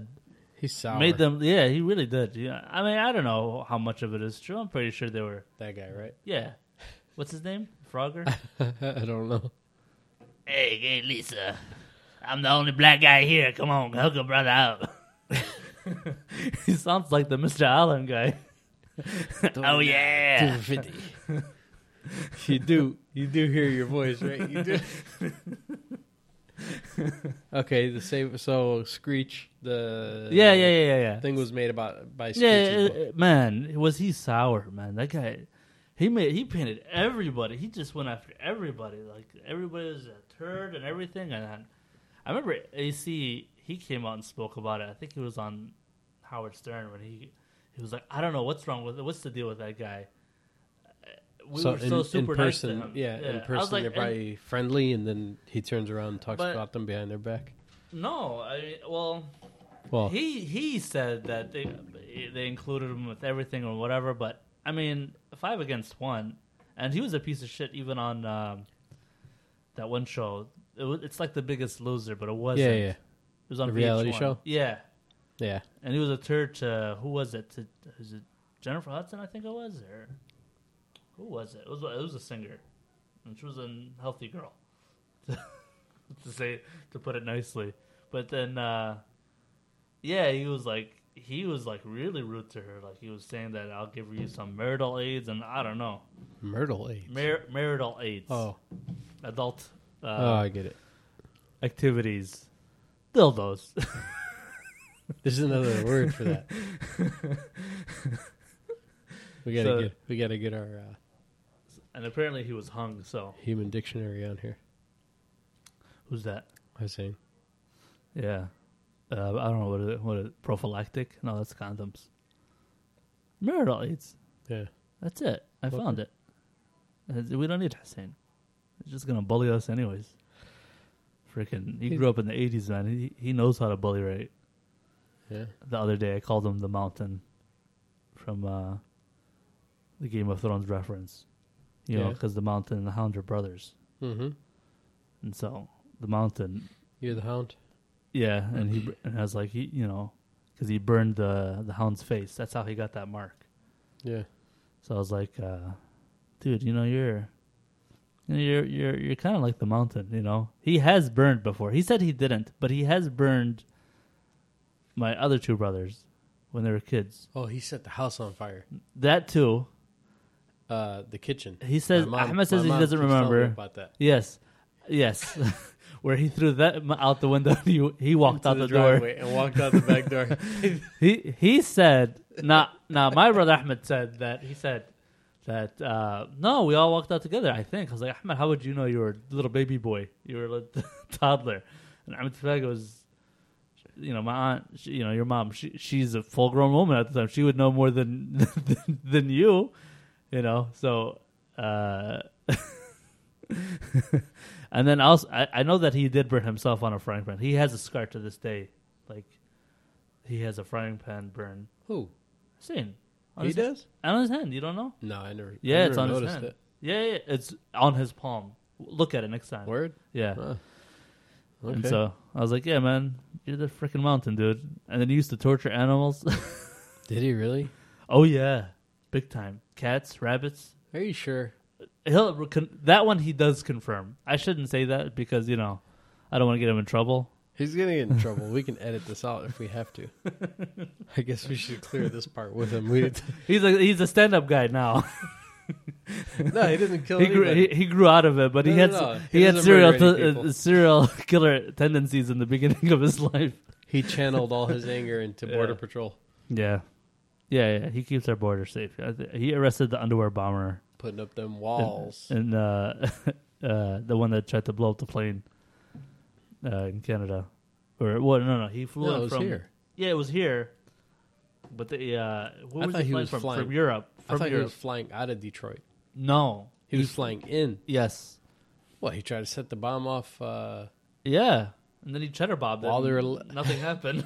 He's sour.
made them. Yeah, he really did. Yeah, I mean, I don't know how much of it is true. I'm pretty sure they were.
that guy, right?
Yeah, what's his name? Frogger.
<laughs> I don't know.
<laughs> Oh, hey, hey, Lisa, I'm the only black guy here. Come on, hook a brother out. <laughs> he sounds like the Mr. Allen guy. <laughs> oh yeah.
<laughs> you do. You do hear your voice, right? You do. <laughs> okay, the same. So Screech, the
<laughs> Yeah, yeah, yeah, yeah, yeah.
Thing was made about by
Yeah,
Screech's book.
uh, man, was he sour, man? That guy, he made he painted everybody. He just went after everybody. Like everybody was a turd and everything. And I, I remember AC he came out and spoke about it. I think he was on Howard Stern when he he was like, I don't know what's wrong with what's the deal with that guy. Uh, We
so
were
in,
so
in
super nice to
person,
him.
yeah,
I
in
was
person
like,
they're
and-
probably friendly, and then he turns around and talks
But-
about them behind their back.
no, I mean, well.
Well,
He he said that they they included him with everything or whatever, but I mean five against one, and he was a piece of shit even on um, that one show. It was, it's like the Biggest Loser, but it wasn't.
yeah, yeah,
It was on
The reality
VH1.
show?
Yeah,
yeah.
and he was a turd to who was it? To was it Jennifer Hudson? I think it was or who was it? It was it was a singer, and she was a healthy girl, <laughs> to say to put it nicely. But then, uh, yeah, he was like he was like really rude to her. Like he was saying that I'll give you some marital aids, and I don't know
Myrtle AIDS.
Mar- marital aids,
oh,
adult
oh,
uh,
I get it.
activities, dildos. <laughs>
There's another word for that. We gotta
So-
get we gotta get our uh,
and apparently he was hung. So
human dictionary on here.
who's that?
I was saying
Yeah. Uh, I don't know what it, what it, prophylactic. No, that's condoms. Marital aids.
yeah.
That's it. I
Okay.
found it. Uh, We don't need Hussein. He's just gonna bully us anyways. Freaking, he
He-
grew up in the '80s, man. He he knows how to bully. Right.
Yeah.
The other day, I called him the Mountain from uh, the Game of Thrones reference. You know,
Yeah.
because the Mountain and the Hound are brothers,
Mm-hmm.
and so the Mountain
You're the hound.
Yeah, and he and I was like, he, you know, because he burned the the hound's face. That's how he got that mark.
Yeah.
So I was like, uh, dude, you know, you're, you know, you're you're you're kind of like the mountain. You know, he has burned before. He said he didn't, but he has burned my other two brothers when they were kids.
Oh, he set the house on fire.
That too.
Uh, the kitchen.
He says-
My mom-
Ahmed says
my
he
mom
doesn't
keeps telling me
remember.
about that.
Yes, yes. <laughs> Where he threw that m- out the window, and he he walked
To
out the door.
driveway and walked out the back
<laughs>
door.
he he said now now my brother Ahmed said that he said that uh, no we all walked out together I think I was like Ahmed how would you know you were a little baby boy you were a little <laughs> toddler and Ahmed Tufeg was you know my aunt she, you know your mom she she's a full grown woman at the time she would know more than <laughs> than, than you you know so uh <laughs> and then also I, I know that he did burn himself on a frying pan he has a scar to this day like he has a frying pan burn.
Who?
Seen. On
He
his,
does?
On his hand. You don't know?
No, I never. I
Yeah,
never
it's on his
noticed
hand.
it.
Yeah, yeah, it's on his palm. Look at it next time.
Word.
Yeah.
Huh.
And so I was like, yeah, man, you're the freaking mountain, dude. And then he used to torture animals. <laughs>
Did he really?
oh, yeah. Big time. Cats, rabbits.
Are you sure?
He'll con- That one he does confirm. I shouldn't say that because, you know, I don't want to get him in trouble.
He's gonna get in trouble. we can edit this out if we have to. I guess we should clear this part with him. We
<laughs>
need to-
He's a, he's a stand up guy now.
<laughs> no, he didn't kill
he grew, he,
anybody.
he grew out of it, but
No,
he
no,
had
no.
he,
He
had
doesn't
serial
murder any
t-
people.
uh, serial <laughs> killer tendencies in the beginning of his <laughs> life.
He, channeled all his anger into
Yeah.
border patrol,
Yeah, yeah, yeah. He keeps our border safe. I th- He arrested the underwear bomber
putting up them
and-
walls.
and, uh, <laughs> uh, the one that tried to blow up the plane uh, in Canada. Or what? no, no. He flew
no,
in
it was
from
here.
yeah, it was here. But the uh, where
I
was
thought
he
he
flying
was
from?
flying-
From Europe.
I
From
thought he
Europe.
was flying out of Detroit.
No,
He He was flying in.
Yes.
What? He tried to set the bomb off.
<laughs>
Uh,
Yeah. And then he cheddar bobbed
While
it.
they were
and
l- <laughs>
nothing happened.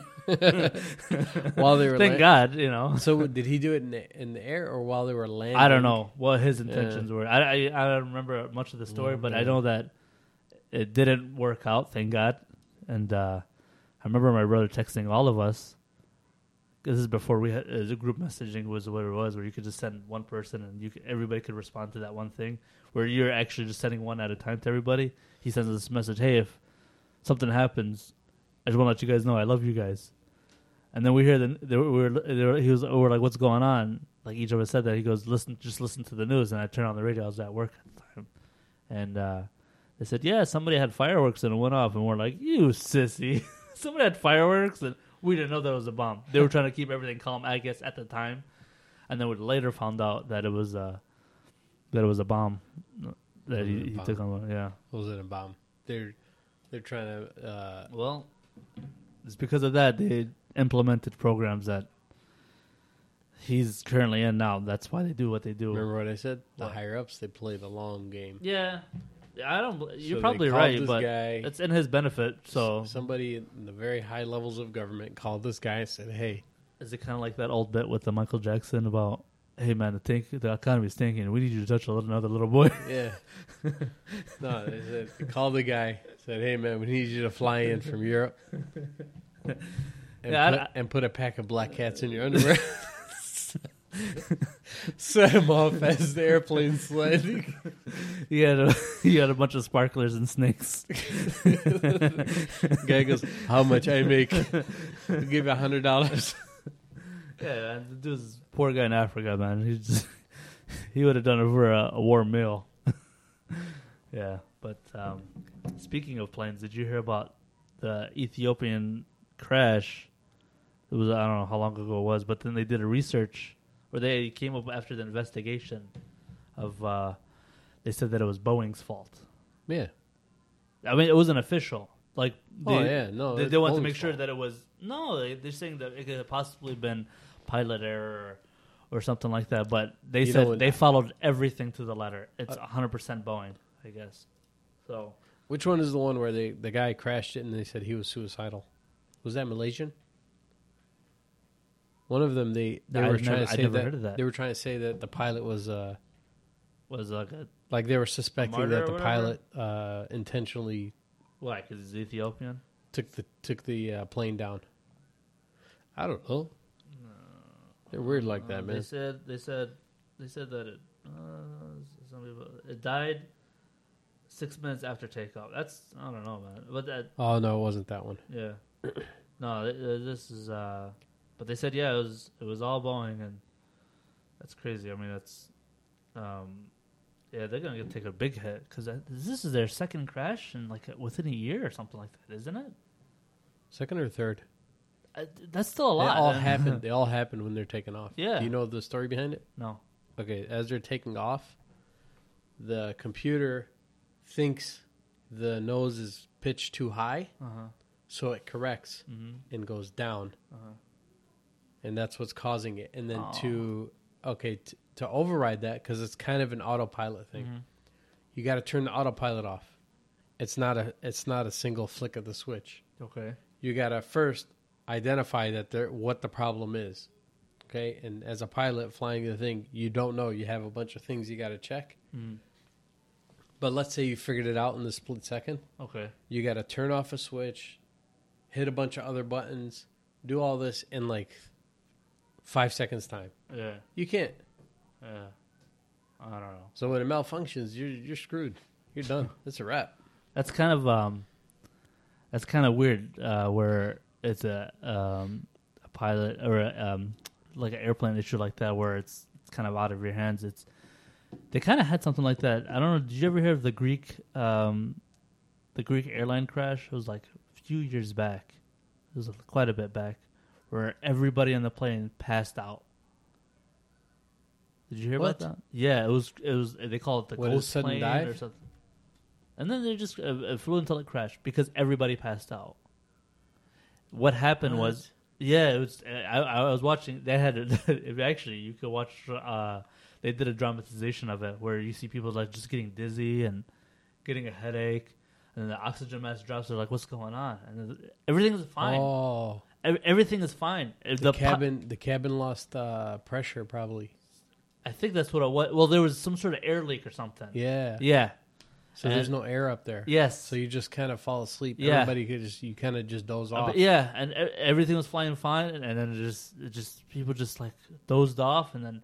While they were
Thank
la-
God, you know.
so did he do it in the, in the air or while they were landing?
I don't know what his intentions were. I, I I don't remember much of the story, but I know that it didn't work out. Thank God. And uh, I remember my brother texting all of us. 'cause This is before we had uh, the group messaging was what it was, where you could just send one person and you could, everybody could respond to that one thing. Where you're actually just sending one at a time to everybody. He sends this message: Hey, if something happens, I just want to let you guys know I love you guys. And then we hear the they were, we were, they were he was we were like, what's going on? Like each of us said that he goes, listen, just listen to the news. And I turned on the radio. I was at work at the time, and uh, they said, yeah, somebody had fireworks and it went off. And we're like, you sissy, <laughs> somebody had fireworks and we didn't know that was a bomb. They were trying to keep everything calm, I guess, at the time. And then we later found out that it was uh, that it was a bomb
It
that
was
he,
a
he
bomb.
took on. Yeah.
Was it a bomb? They're they're trying to. Uh,
Well, it's because of that they implemented programs that he's currently in now. That's why they do what they do.
remember what I said? The
What?
higher ups they play the long game.
Yeah, I don't. bl-
So
You're
they
probably
called
right,
this
but
guy-
it's in his benefit. So
S- somebody in the very high levels of government called this guy and said, "Hey,
is it kind of like that old bit with the Michael Jackson about, "Hey man, the think the economy's thinking. We need you to touch a little, another little boy." <laughs>
yeah, <laughs> no," they said, they called the guy, said, "Hey man, we need you to fly in from <laughs> Europe." And,
Yeah, I-
put, and put a pack of black cats in your underwear. <laughs> Set him off as the airplane slid.
he had a he had a bunch of sparklers and snakes.
<laughs> <laughs> Guy goes, "How much I make? I'll give you a hundred dollars."
Yeah, man, the dude's poor guy in Africa, man. He just <laughs> he would have done it for a, a warm meal. <laughs> yeah, but um, speaking of planes, did you hear about the Ethiopian crash? It was I don't know how long ago it was, but then they did a research or they came up after the investigation of uh, they said that it was Boeing's fault.
Yeah.
I mean, it wasn't official. Like, they,
Oh, yeah, no,
they,
it's
they want to
Boeing's
make sure
fault.
that it was no. They, they're saying that it could have possibly been pilot error or, or something like that. But they
You know
said
what- Uh,
they followed everything to the letter. It's 100 percent Boeing, I guess. So
Which one is the one where they the guy crashed it and they said he was suicidal? Was that Malaysian? One of them they they
I've
were trying
never-
to
I've
say
never
that,
heard of that.
they were trying to say that the pilot was uh
was like a
like they were suspecting
Martyr
that
or
the
whatever?
pilot uh intentionally
why? Because he's Ethiopian.
took the took the uh, plane down. I don't know. They're weird like
Uh,
that,
They
man.
said they said they said that it uh, somebody, it died six minutes after takeoff. That's I don't know, man. But that
Oh no, it wasn't that one.
Yeah. <clears throat> No, th- th- this is. uh But they said, yeah, it was it was all Boeing, and that's crazy. I mean, that's. Um, yeah, they're gonna get- take a big hit because this is their second crash in like within a year or something like that, isn't it?
Second or third?
Uh, th- that's still a
They
lot. <laughs>
all
man.
happened. They all happened when they're taking off.
Yeah.
Do you know the story behind it?
no.
Okay, as they're taking off, the computer thinks the nose is pitched too high,
Uh huh.
so it corrects
Mhm.
and goes down.
Uh-huh.
And that's what's causing it. And then
Oh.
to okay, t- to override that cuz it's kind of an autopilot thing.
Mhm.
You got to turn the autopilot off. It's not a it's not a single flick of the switch.
Okay.
You got to first identify that there what the problem is. Okay? And as a pilot flying the thing, you don't know. You have a bunch of things you got to check.
Mhm.
But let's say you figured it out in the split second.
Okay.
You got to turn off a switch, hit a bunch of other buttons, do all this in like five seconds time.
Yeah.
You can't.
Yeah. I don't know.
So when it malfunctions, you're you're screwed. You're done. It's a wrap.
That's kind of um, that's kind of weird. Uh, where it's a um, a pilot or a, um, like an airplane issue like that, where it's it's kind of out of your hands. It's they kind of had something like that. I don't know. Did you ever hear of the Greek um, the Greek airline crash? It was like a few years back. It was quite a bit back, where everybody on the plane passed out. Did you hear
What?
about that? Yeah, it was. It was. They call it the
What, a
ghost
sudden
plane or
dive?
something. And then they just uh, uh, flew until it crashed because everybody passed out. What happened was, <laughs> yeah, it was. I, I was watching. They had a, actually you could watch. Uh, they they did a dramatization of it where you see people like just getting dizzy and getting a headache, and then the oxygen mask drops. They're like, "What's going on?" And th- everything's fine.
Oh,
Ev- everything is fine. If
the,
the, po-
cabin. the cabin lost uh, pressure, probably.
I think that's what it was. Well, there was some sort of air leak or something.
Yeah.
Yeah.
So there's
and-
no air up there.
Yes.
So you just kind of fall asleep.
Yeah.
Everybody could just you kind of just doze
Uh,
off.
but yeah, and e- everything was flying fine, and, and then it just, it just people just like dozed off, and then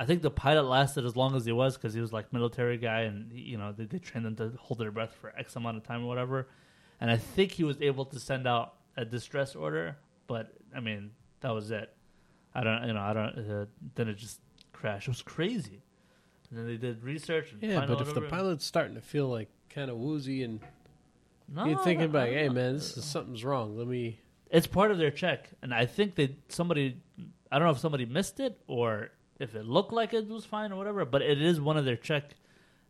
I think the pilot lasted as long as he was because he was like military guy, and you know they, they trained them to hold their breath for X amount of time or whatever, and I think he was able to send out a distress order, but I mean that was it. I don't, you know, I don't. Uh, then it just crashed. It was crazy. And then they did research. And
Yeah,
found
but
out
if the
everything-
pilot's starting to feel like kind of woozy and
No,
you're thinking
Oh, I
about,
don't
hey
know.
man, this is something's wrong. Let me.
It's part of their check, and I think that somebody, I don't know if somebody missed it or if it looked like it was fine or whatever, but it is one of their check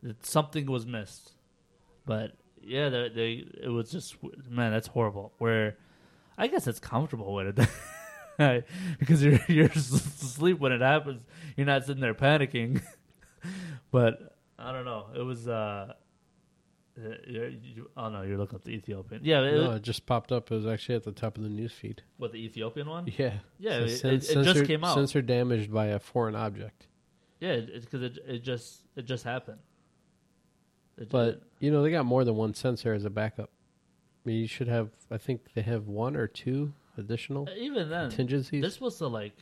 that something was missed. But yeah, they, they it was just man, that's horrible. Where I guess it's comfortable when it <laughs> because you're you're s- asleep when it happens. You're not sitting there panicking. <laughs> but I don't know. It was uh, uh, you're, you, oh no, you're looking up the Ethiopian. Yeah, it,
No, it just popped up. It was actually at the top of the news feed.
what the Ethiopian one?
<laughs> Yeah.
Yeah,
Says
it-
sen-
it- it just
sensor-
came out.
Sensor damaged by a foreign object.
Yeah, because it, it just it just happened. It-
But you know they got more than one sensor as a backup. I mean, you should have. I think they have one or two additional
even then,
contingencies.
they're supposed to like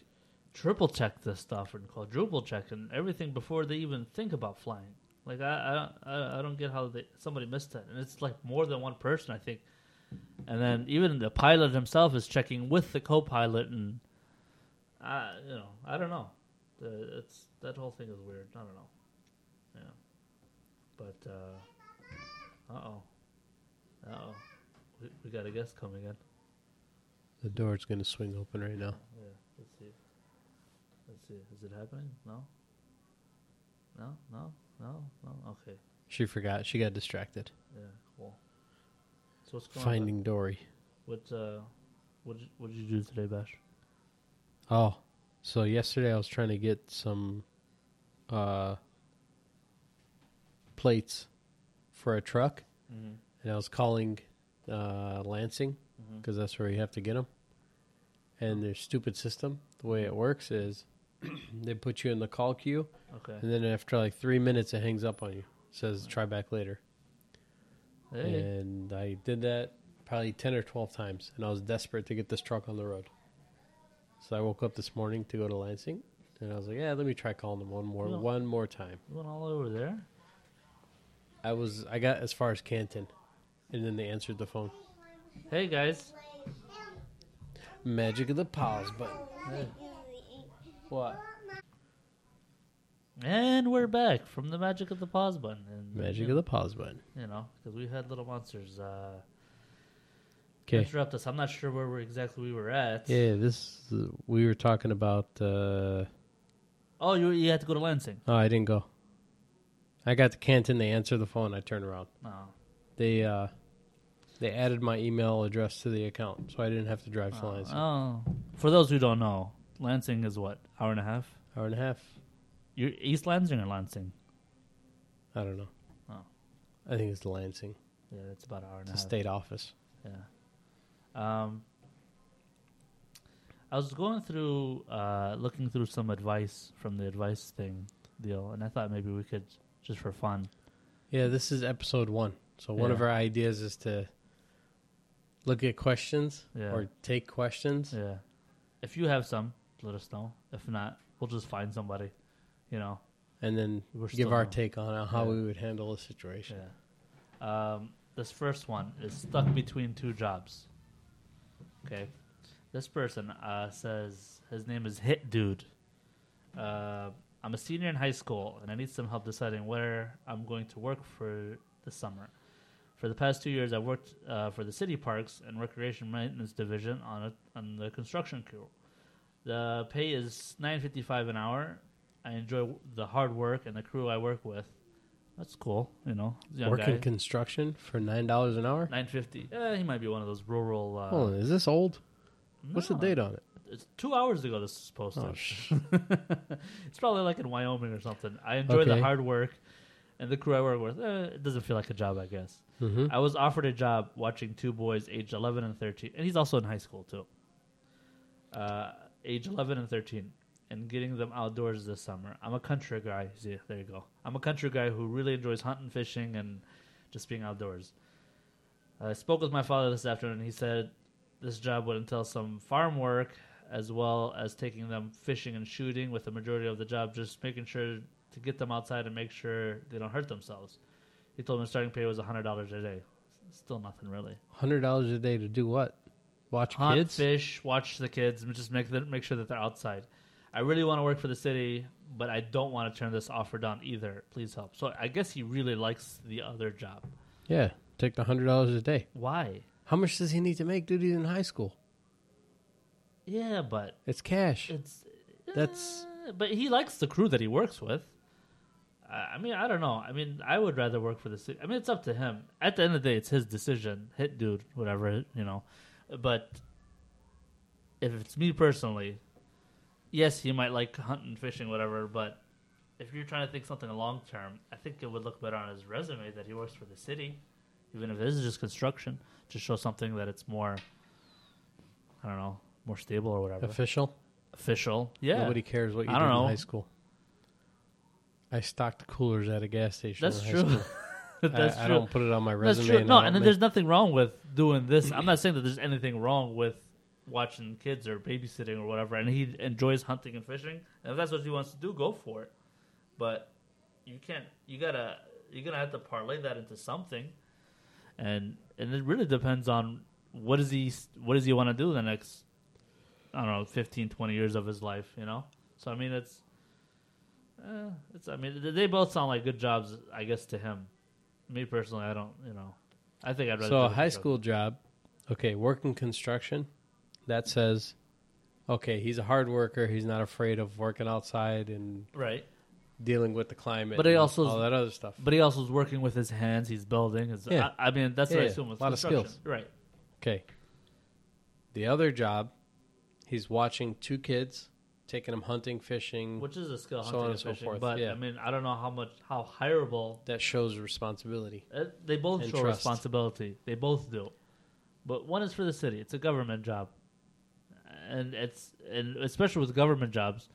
triple check this stuff and quadruple check and everything before they even think about flying. Like I I don't, I- I don't get how they, somebody missed that, and it's like more than one person I think. And then even the pilot himself is checking with the co-pilot, and I you know I don't know. The, it's that whole thing is weird. I don't know. Yeah, but uh oh, uh oh, we, we got a guest coming in.
the door's going to swing open right now.
Yeah, let's see. Let's see. Is it happening? No? No? No? No? No? Okay.
She forgot. She got distracted.
Yeah, cool. So what's going on?
Finding Dory.
What, uh, what did, what did you do today, Bash?
Oh, so yesterday I was trying to get some uh, plates for a truck,
Mhm.
and I was calling uh, Lansing
Mhm.
because that's where you have to get them. And their stupid system, the way it works is <clears throat> they put you in the call queue,
Okay.
and then after like three minutes, it hangs up on you. Says try back later,
Hey.
and I did that probably ten or twelve times, and I was desperate to get this truck on the road. So I woke up this morning to go to Lansing, and I was like, "Yeah, let me try calling them one more,
No.
one more time."
You went all over there?
I was, I got as far as Canton, and then they answered the phone.
Hey, guys.
Magic of the pause button. What?
And we're back from the magic of the pause button. And,
Magic of the pause button.
You know, because we had little monsters, uh,
Okay.
interrupt us. I'm not sure where we exactly we were at.
Yeah, this we were talking about. Uh,
Oh, you, you had to go to Lansing.
oh, I didn't go. I got to Canton. They answered the phone. I turned around.
No.
They uh, they added my email address to the account, so I didn't have to drive to Lansing.
Oh, for those who don't know, Lansing is what hour and a half.
Hour and a half.
You're East Lansing or Lansing?
I don't know.
Oh.
I think it's Lansing.
Yeah, it's about an hour
It's
and a
a
half.
state office.
Yeah. Um, I was going through, uh, looking through some advice from the advice thing deal, and I thought maybe we could just for fun.
Yeah, this is episode one. So one of
Yeah.
our ideas is to look at questions
Yeah.
or take questions.
Yeah. If you have some, let us know. If not, we'll just find somebody. You know.
and then
We're
give
still
our
young.
take on how
Yeah.
we would handle a situation.
Yeah. Um, this first one is stuck between two jobs. Okay. This person uh, says his name is Hit Dude. Uh, I'm a senior in high school and I need some help deciding where I'm going to work for the summer. For the past two years, I worked uh, for the city parks and recreation maintenance division on a, on the construction crew. The pay is nine fifty five an hour. I enjoy w- the hard work and the crew I work with. That's cool, you know. Young
Work in
guy.
construction for nine dollars an hour.
Nine fifty. Eh, he might be one of those rural. Uh,
Hold on, is this old? What's the
no.
date on it?
It's two hours ago this was posted.
Oh, sh- <laughs>
it's probably like in Wyoming or something. I enjoy the
Okay.
hard work, and the crew I work with, eh, it doesn't feel like a job, I guess.
Mhm.
I was offered a job watching two boys aged 11 and 13, and he's also in high school too. Uh, age 11 and 13, and getting them outdoors this summer. I'm a country guy. See, there you go. I'm a country guy who really enjoys hunting, fishing, and just being outdoors. I spoke with my father this afternoon. He said this job would entail some farm work as well as taking them fishing and shooting with the majority of the job just making sure to get them outside and make sure they don't hurt themselves. He told me the starting pay was $100 a day. S- Still nothing really.
hundred dollars a day to do what? Watch
Hunt,
kids.
fish, watch the kids, and just make them, make sure that they're outside. I really want to work for the city, but I don't want to turn this offer down either. Please help. So I guess he really likes the other job.
Yeah, take the hundred dollars a day.
Why?
How much does he need to make? Dude, he's in high school.
Yeah, but
It's cash.
It's
That's-
uh, but he likes the crew that he works with. I I mean, I don't know. I mean, I would rather work for the city. I mean, it's up to him. At the end of the day, it's his decision. Hit dude, whatever you know. But if it's me personally, yes, he might like hunting, fishing, whatever. But if you're trying to think something long term, I think it would look better on his resume that he works for the city, even if it is just construction, to show something that it's more. I don't know, more stable or whatever
Official.
official. Yeah,
Nobody cares what you
I
did
don't know.
in high school. I stocked coolers at a gas station.
That's
in high
true.
School.
<laughs> that's
I, I
true.
don't put it on my resume.
that's true.
and I
No,
don't
and then
make-
there's nothing wrong with doing this.
<laughs>
I'm not saying that there's anything wrong with watching kids or babysitting or whatever. And he enjoys hunting and fishing. And if that's what he wants to do, go for it. But you can't. You gotta. You're gonna have to parlay that into something. And and it really depends on what is he what does he want to do the next I don't know 15, 20 years of his life. You know. So I mean, it's. Uh, it's. I mean, they- they both sound like good jobs, I guess, to him. Me personally, I don't. You know, I think I'd rather.
so
do
a
the
high
job.
school job. Okay, working construction. That says, okay, he's a hard worker. He's not afraid of working outside and
right?
dealing with the climate.
But he
and
also-
all that other stuff.
But he also is working with his hands. He's building. His,
Yeah.
I, I mean, that's what I
Yeah,
assume. With
a lot of
construction.
skills.
right?
Okay. The other job, he's watching two kids, taking them hunting, fishing.
Which is a skill,
So
hunting
on
and
and so
fishing.
forth,
But
yeah.
I mean, I don't know how much how hireable.
that shows responsibility.
Uh, they both
And
show
trust.
responsibility. They both do, but one is for the city. It's a government job, and it's and especially with government jobs,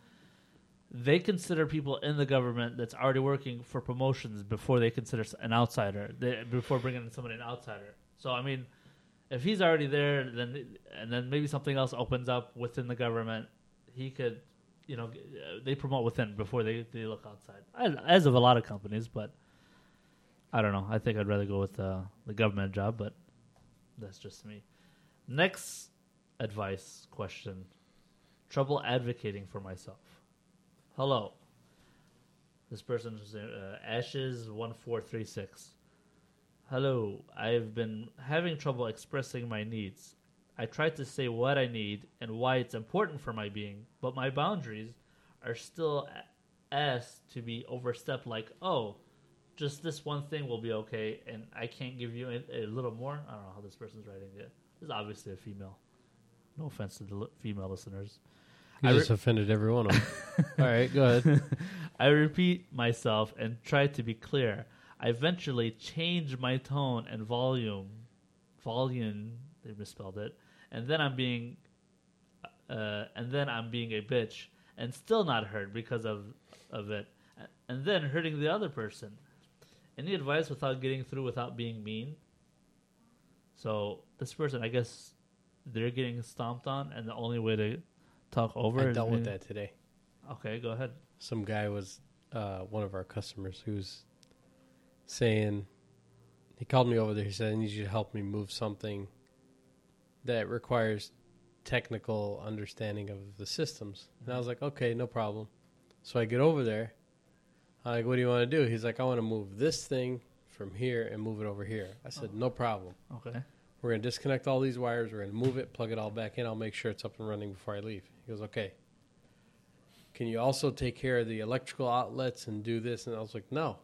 they consider people in the government that's already working for promotions before they consider s- an outsider. They, before bringing in somebody an outsider. So I mean, if he's already there, then and then maybe something else opens up within the government, he could. You know, g- uh, they promote within before they, they look outside, as, as of a lot of companies. But I don't know. I think I'd rather go with uh, the government job, but that's just me. Next advice question Trouble advocating for myself. Hello. This person's uh, Ashes1436. Hello. I've been having trouble expressing my needs. I try to say what I need and why it's important for my being, but my boundaries are still a- asked to be overstepped, like, oh, just this one thing will be okay, and I can't give you a, a little more. I don't know how this person's writing it. This is obviously a female. No offense to the li- female listeners.
You
I re-
just offended every one of them. <laughs> All right, go ahead.
I repeat myself and try to be clear. I eventually change my tone and volume. Volume, they misspelled it. And then I'm being, uh, and then I'm being a bitch and still not heard because of of it, and then hurting the other person. Any advice without getting through without being mean? So this person, I guess, they're getting stomped on, and the only way to talk over.
I
is
dealt with
being-
that today.
Okay, go ahead.
some guy was uh, one of our customers who was saying he called me over there. He said, "I need you to help me move something that requires technical understanding of the systems." And I was like, "Okay, no problem." So I get over there. I'm like, "What do you want to do?" He's like, "I want to move this thing from here and move it over here." I said, "No problem.
Okay.
We're gonna disconnect all these wires. We're gonna move it, plug it all back in. I'll make sure it's up and running before I leave." He goes, "Okay." Can you also take care of the electrical outlets and do this? And I was like, "No."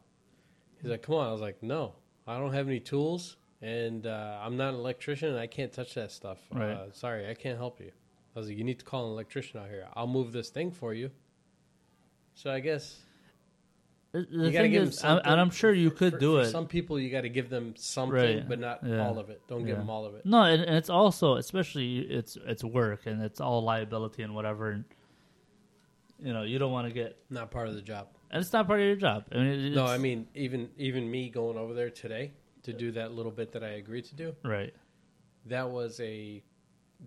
He's like, "Come on." I was like, "No. I don't have any tools, and uh, I'm not an electrician, and I can't touch that stuff.
Right.
Uh, sorry, I can't help you." I I was like, you need to call an electrician out here. I'll move this thing for you. So I guess
The the
you gotta
thing
give 'em
is, I'm,
something
and I'm sure you could
for-
do
for
it.
Some people you got to give them something,
Right.
but not
Yeah.
all of it. Don't give
Yeah.
them all of it.
No, and, and it's also especially it's it's work and it's all liability and whatever. And, you know, you don't want to get,
Not part of the job.
and it's not part of your job. I mean, it- it's,
No, I mean even even me going over there today to do that little bit that I agreed to do.
right,
That was a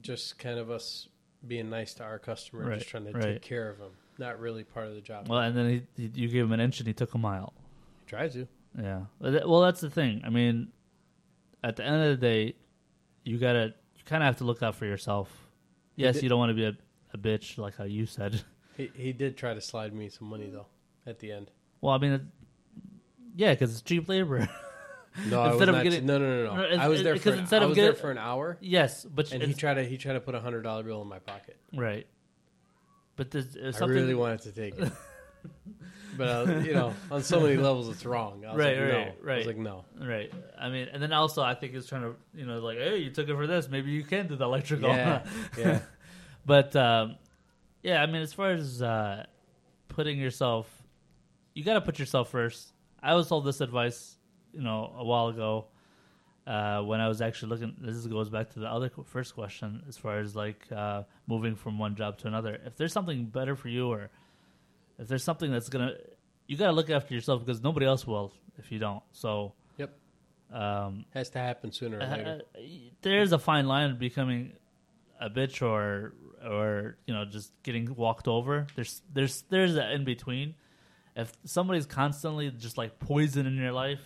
just kind of us being nice to our customer,
Right,
just trying to
right.
take care of them. Not really part of the job.
well, and then he, you gave him an inch and he took a mile.
Try to.
Yeah, Well, that- well, that's the thing. I mean, at the end of the day, you gotta you kind of have to look out for yourself. Yes,
did-
you don't want to be a, a bitch like how you said. <laughs>
He he did try to slide me some money though at the end.
well, I mean, it, yeah, because it's cheap labor. <laughs>
No, I
Instead
was
of
not,
getting-
no, no, no,
No,
no.
it's-
I was there
it's-
for
'cause
an,
instead
I
of
was there
get-
for an hour,
yes, but
and he
it's-
tried to he tried to put a hundred dollar bill in my pocket.
Right. But there's uh,
I
something.
really wanted to take
<laughs>
it, but uh, you know, on so many levels, it's wrong. I was
Right,
like,
right,
no. I
right.
was like, no.
Right. I mean, and then also I think it's trying to, you know, like, hey, you took it for this. Maybe you can do the
<laughs>
electrical. <laughs>
Yeah, yeah.
but um, yeah, I mean, as far as uh, putting yourself, you got to put yourself first. I was told this advice, you know, a while ago uh, when I was actually looking. This goes back to the other qu- first question, as far as like uh, moving from one job to another. If there's something better for you, or if there's something that's gonna, you got to look after yourself because nobody else will if you don't. So.
Yep.
Um,
Has to happen sooner or later.
uh, there's a fine line of becoming a bitch or or you know just getting walked over. There's there's there's an in between. If somebody's constantly just like poison in your life,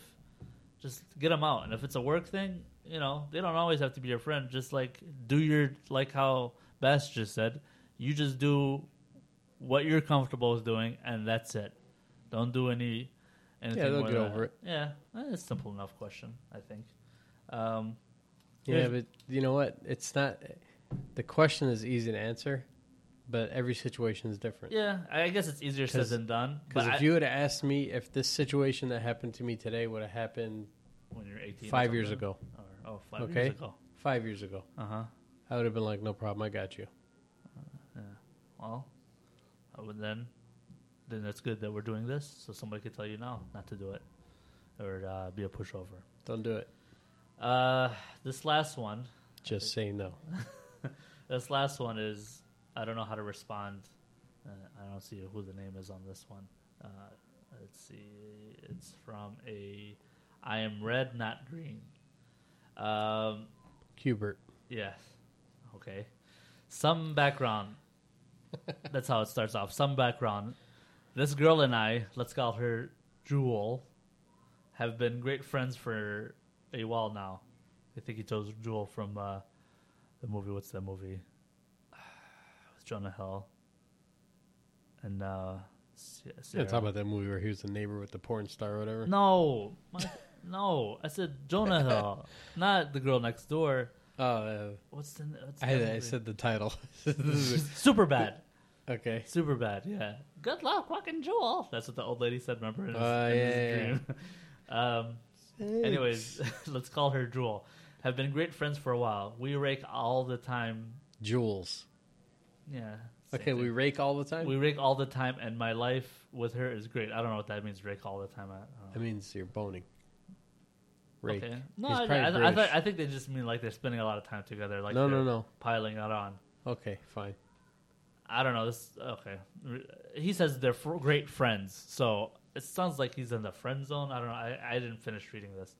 just get them out. And if it's a work thing, you know they don't always have to be your friend. Just like do your like how Bass just said, you just do what you're comfortable with doing, and that's it. Don't do any. Anything
they'll
more
get
than that.
over it.
Yeah, eh, it's a simple enough question, I think. Um,
yeah,
here's-
but you know what? It's not. The question is easy to answer, but every situation is different.
yeah, I guess it's easier said
'Cause-
than done.
Because
but
if
I-
you would have asked me if this situation that happened to me today would have happened
when you're 18 or
five years
something,
ago,
or, oh, five
Okay. Uh-huh.
years ago,
five years ago,
uh huh.
I would have been like, no problem, I got you.
Well, I would then, then that's good that we're doing this, so somebody could tell you now not to do it, or uh, be a pushover.
Don't do it.
Uh, this last one,
Just say no.
this last one is I don't know how to respond. Uh, I don't see who the name is on this one. Uh, let's see. It's from a I am red, not green. Um,
Cubert.
yes. Okay.
<laughs>
Some background. That's how it starts off. Some background. This girl and I, let's call her Jewel, have been great friends for a while now. I think he chose Jewel from uh, the movie. What's that movie? <sighs> With Jonah Hill. And uh, Sa-
Yeah,
Sarah.
talk about that movie where he was the neighbor with the porn star or whatever.
no, my- <laughs> no. I said Jonah Hill, not the girl next door.
Oh, uh,
What's the? What's that
I, I
movie?
said the title. <laughs>
super bad.
okay.
Super bad, yeah. Good luck, fucking Jewel. That's what the old lady said, remember? In his,
Oh,
in his
yeah, yeah,
dream. <laughs> um, anyways, <laughs> let's call her Jewel. Have been great friends for a while. We rake all the time.
Jewels.
Yeah. same
Okay, we
thing.
rake all the time.
we rake all the time, and my life with her is great. I don't know what that means, rake all the time. I, I don't know.
That means you're boning. Rake.
Okay. No,
He's
I,
probably
I, I, thought,
British.
I think they just mean like they're spending a lot of time together. Like
no,
they're
no, no.
Piling it on.
Okay, fine.
I don't know. This okay. He says they're fr- great friends, so it sounds like he's in the friend zone. I don't know. I, I didn't finish reading this.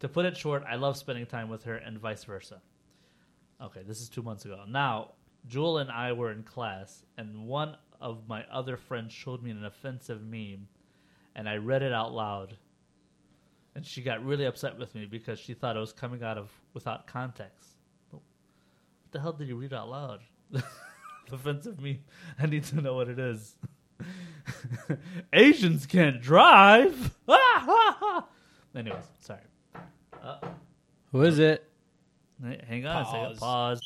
To put it short, I love spending time with her and vice versa. Okay, this is two months ago. Now, Jewel and I were in class, and one of my other friends showed me an offensive meme, and I read it out loud. And she got really upset with me because she thought it was coming out of without context. What the hell did you read out loud? <laughs> offensive meme. I need to know what it is. <laughs> Asians can't drive. <laughs> Anyways, sorry.
Who is it?
Hey, Hang on a
Pause.
second. Pause.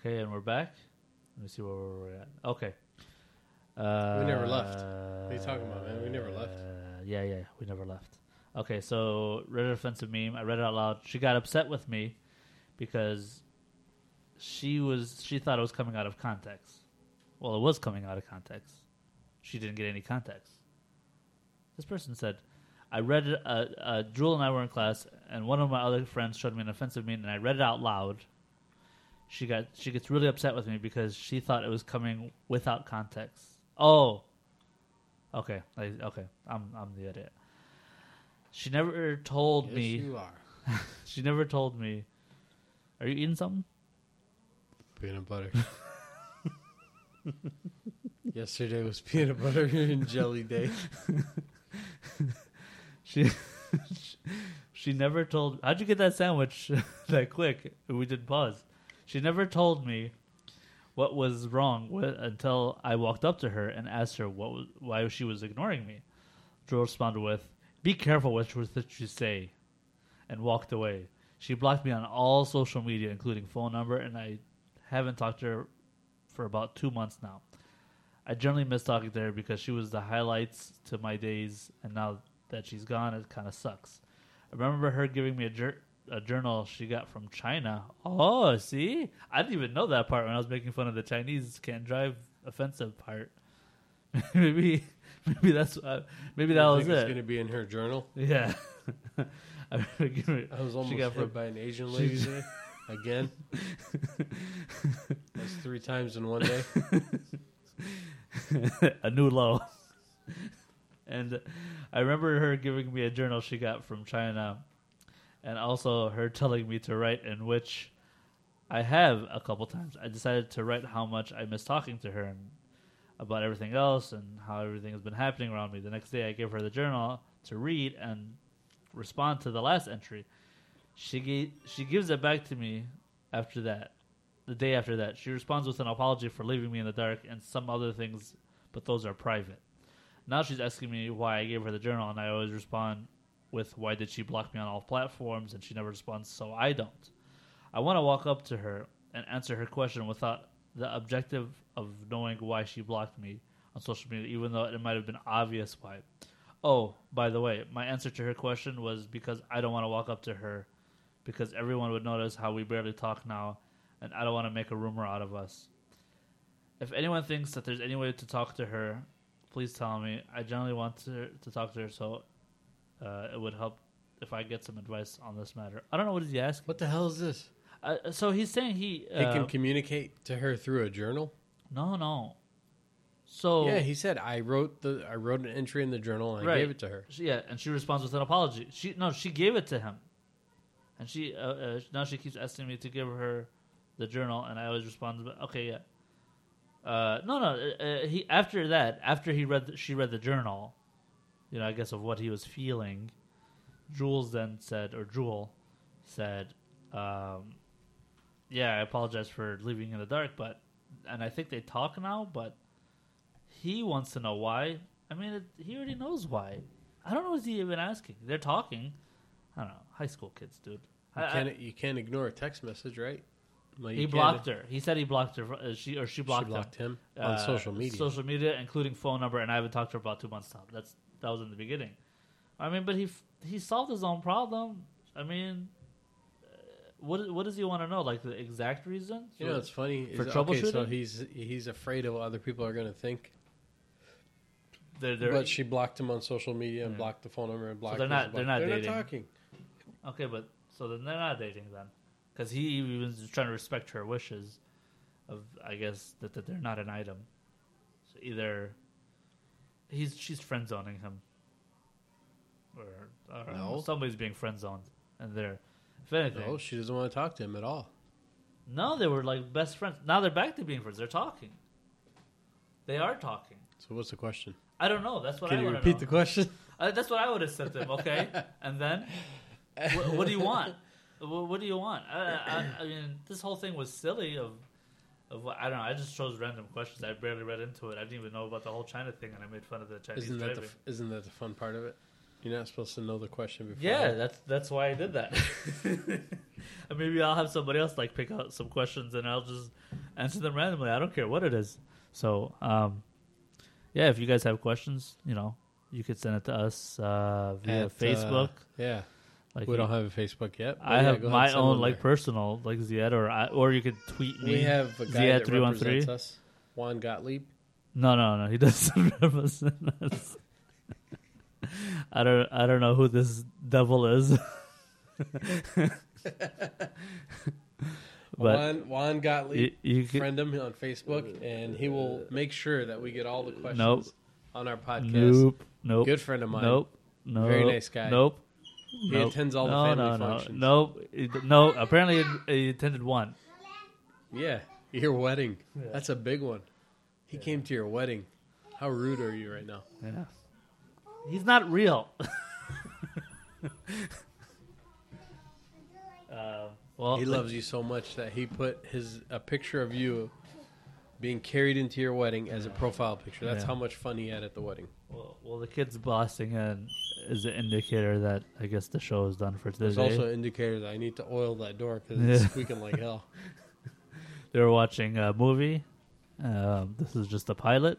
Okay, and we're back. Let me see where we're at. Okay. Uh,
never left. What are you talking about, man? We never left.
uh, yeah, yeah, we never left. Okay, so read an offensive meme. I read it out loud. She got upset with me because she was she thought it was coming out of context. Well, it was coming out of context. She didn't get any context. This person said, "I read it. Uh, uh, Jewel and I were in class, and one of my other friends showed me an offensive meme, and I read it out loud. She got she gets really upset with me because she thought it was coming without context. Oh, okay, I, okay, I'm I'm the idiot. She never told
Yes,
me.
you are.
She never told me. Are you eating something?
Peanut butter. <laughs> Yesterday was peanut butter and jelly day.
She <laughs> she never told. How'd you get that sandwich <laughs> that quick? We did pause. She never told me what was wrong with, until I walked up to her and asked her what was, why she was ignoring me. Joel responded with, "Be careful what you, what you say," and walked away. She blocked me on all social media, including phone number, and I haven't talked to her for about two months now. I generally miss talking to her because she was the highlights to my days, and now that she's gone, it kind of sucks. I remember her giving me a, jur a journal she got from China. Oh, see? I didn't even know that part when I was making fun of the Chinese can't drive offensive part. <laughs> maybe, maybe that's uh, <laughs> maybe that
I
was
think it's
it.
going to be in her journal.
Yeah. <laughs> I remember giving her-
I was
she
almost
got
hit
from-
by an Asian
she-
lady
<laughs>
today. Again. That's three times in one
<laughs>
day.
a new low. <laughs> and uh, I remember her giving me a journal she got from China, and also her telling me to write, in which I have a couple times. I decided to write how much I miss talking to her and about everything else and how everything has been happening around me. The next day, I gave her the journal to read and respond to the last entry. She gave, she gives it back to me after that. The day after that, she responds with an apology for leaving me in the dark and some other things, but those are private. Now she's asking me why I gave her the journal, and I always respond with why did she block me on all platforms, and she never responds, so I don't. I want to walk up to her and answer her question without the objective of knowing why she blocked me on social media, even though it might have been obvious why. Oh, by the way, my answer to her question was because I don't want to walk up to her because everyone would notice how we barely talk now, and I don't want to make a rumor out of us. If anyone thinks that there's any way to talk to her, please tell me. I generally want to, to talk to her, so uh, it would help if I get some advice on this matter. I don't know what is he asking.
What the hell is this?
Uh, so he's saying he.
he
Uh,
can communicate to her through a journal.
no, no. So
Yeah, he said I wrote the I wrote an entry in the journal and I
Right.
gave it to her.
she- yeah, and she responds with an apology. She no, she gave it to him, and she uh, uh, now she keeps asking me to give her the journal, and I always respond, with, "Okay, yeah." Uh, no, no. Uh, uh, he after that, after he read, the, she read the journal. You know, I guess of what he was feeling. Jules then said, or Jewel said, um, "Yeah, I apologize for leaving you in the dark, but and I think they talk now, but he wants to know why. I mean, it, he already knows why. I don't know what he even asking. They're talking. I don't know. High school kids, dude.
You
I- I-
can't you can't ignore a text message, right? Like,
he
you can't-
blocked her. He said he blocked her. uh, She or she
She
blocked,
blocked
him,
him, on
Uh,
social media.
Social media, including phone number, and I haven't talked to her about two months now. That's that was in the beginning. I mean, but he f- he solved his own problem. I mean, uh, what what does he want to know? Like the exact reason?
you know, it's funny
for
is- Okay, so
troubleshooting?
he's he's afraid of what other people are going to think.
they're, they're, e-
but she blocked him on social media and
Yeah.
blocked the phone number and blocked.
they're
this
not-
and
they're
blocked-
not
They're
dating.
not talking.
Okay, but so then they're not dating then, because he was just trying to respect her wishes, of I guess that, that they're not an item. So either he's she's friend zoning him, or, or
No.
somebody's being friend zoned, and they're if anything
No, she doesn't want to talk to him at all.
no they were like best friends. Now they're back to being friends. They're talking. They are talking.
So what's the question?
I don't know. That's what
Can
I
you
want
repeat
to
the
know.
question?
Uh, that's what I would have said to him.
<laughs>
Okay, and then what, what do you want? What, what do you want?
<clears throat>
I, I, I mean, this whole thing was silly. Of, of what, I don't know. I just chose random questions. I barely read into it. I didn't even know about the whole China thing, and I made fun of the Chinese
Isn't that
driving.
the f- isn't that the fun part of it? You're not supposed to know the question before.
yeah, that's that's why I did that. <laughs> And Maybe I'll have somebody else like pick out some questions, and I'll just answer them randomly. I don't care what it is. So, um, yeah, if you guys have questions, you know, you could send it to us uh, via
At, uh,
Facebook.
Yeah.
Like
we don't have a Facebook yet. but
I
yeah,
have
go ahead,
my
send one
own like
there.
personal like Ziad or I, or you could tweet me.
We have a guy
Ziad
that
313?
represents us, Juan Gottlieb.
No, no, no. He <laughs> doesn't represent us. I don't. I don't know who this devil is. <laughs> but
Juan, Juan
you,
Gottlieb.
you could,
friend him on Facebook, and he will make sure that we get all the questions
Nope.
on our podcast.
nope, nope,
Good friend of mine.
nope, nope.
Very nice guy.
Nope.
He
nope.
attends all
no,
the family
no, no,
functions.
Nope. It- No. Apparently, he- he attended one.
Yeah, your wedding. That's a big one. He came to your wedding. How rude are you right now?
Yeah. He's not real. <laughs> uh, well,
He loves you so much that he put his a picture of you being carried into your wedding as a profile picture. That's
Yeah.
how much fun he had at the wedding.
Well, well, the kids busting in is an indicator that I guess the show is done for
There's
today.
also an indicator that I need to oil that door
<laughs>
because it's
Yeah.
squeaking like hell.
they were watching a movie. Um, this is just a pilot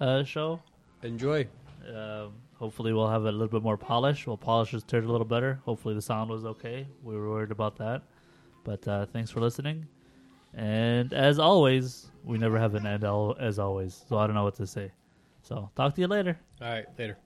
uh, show.
Enjoy.
Um, hopefully, we'll have a little bit more polish. We'll polish this turd a little better. Hopefully, the sound was okay. We were worried about that. But uh, thanks for listening. And as always, we never have an end, al- as always. So I don't know what to say. So talk to you later.
All right, later.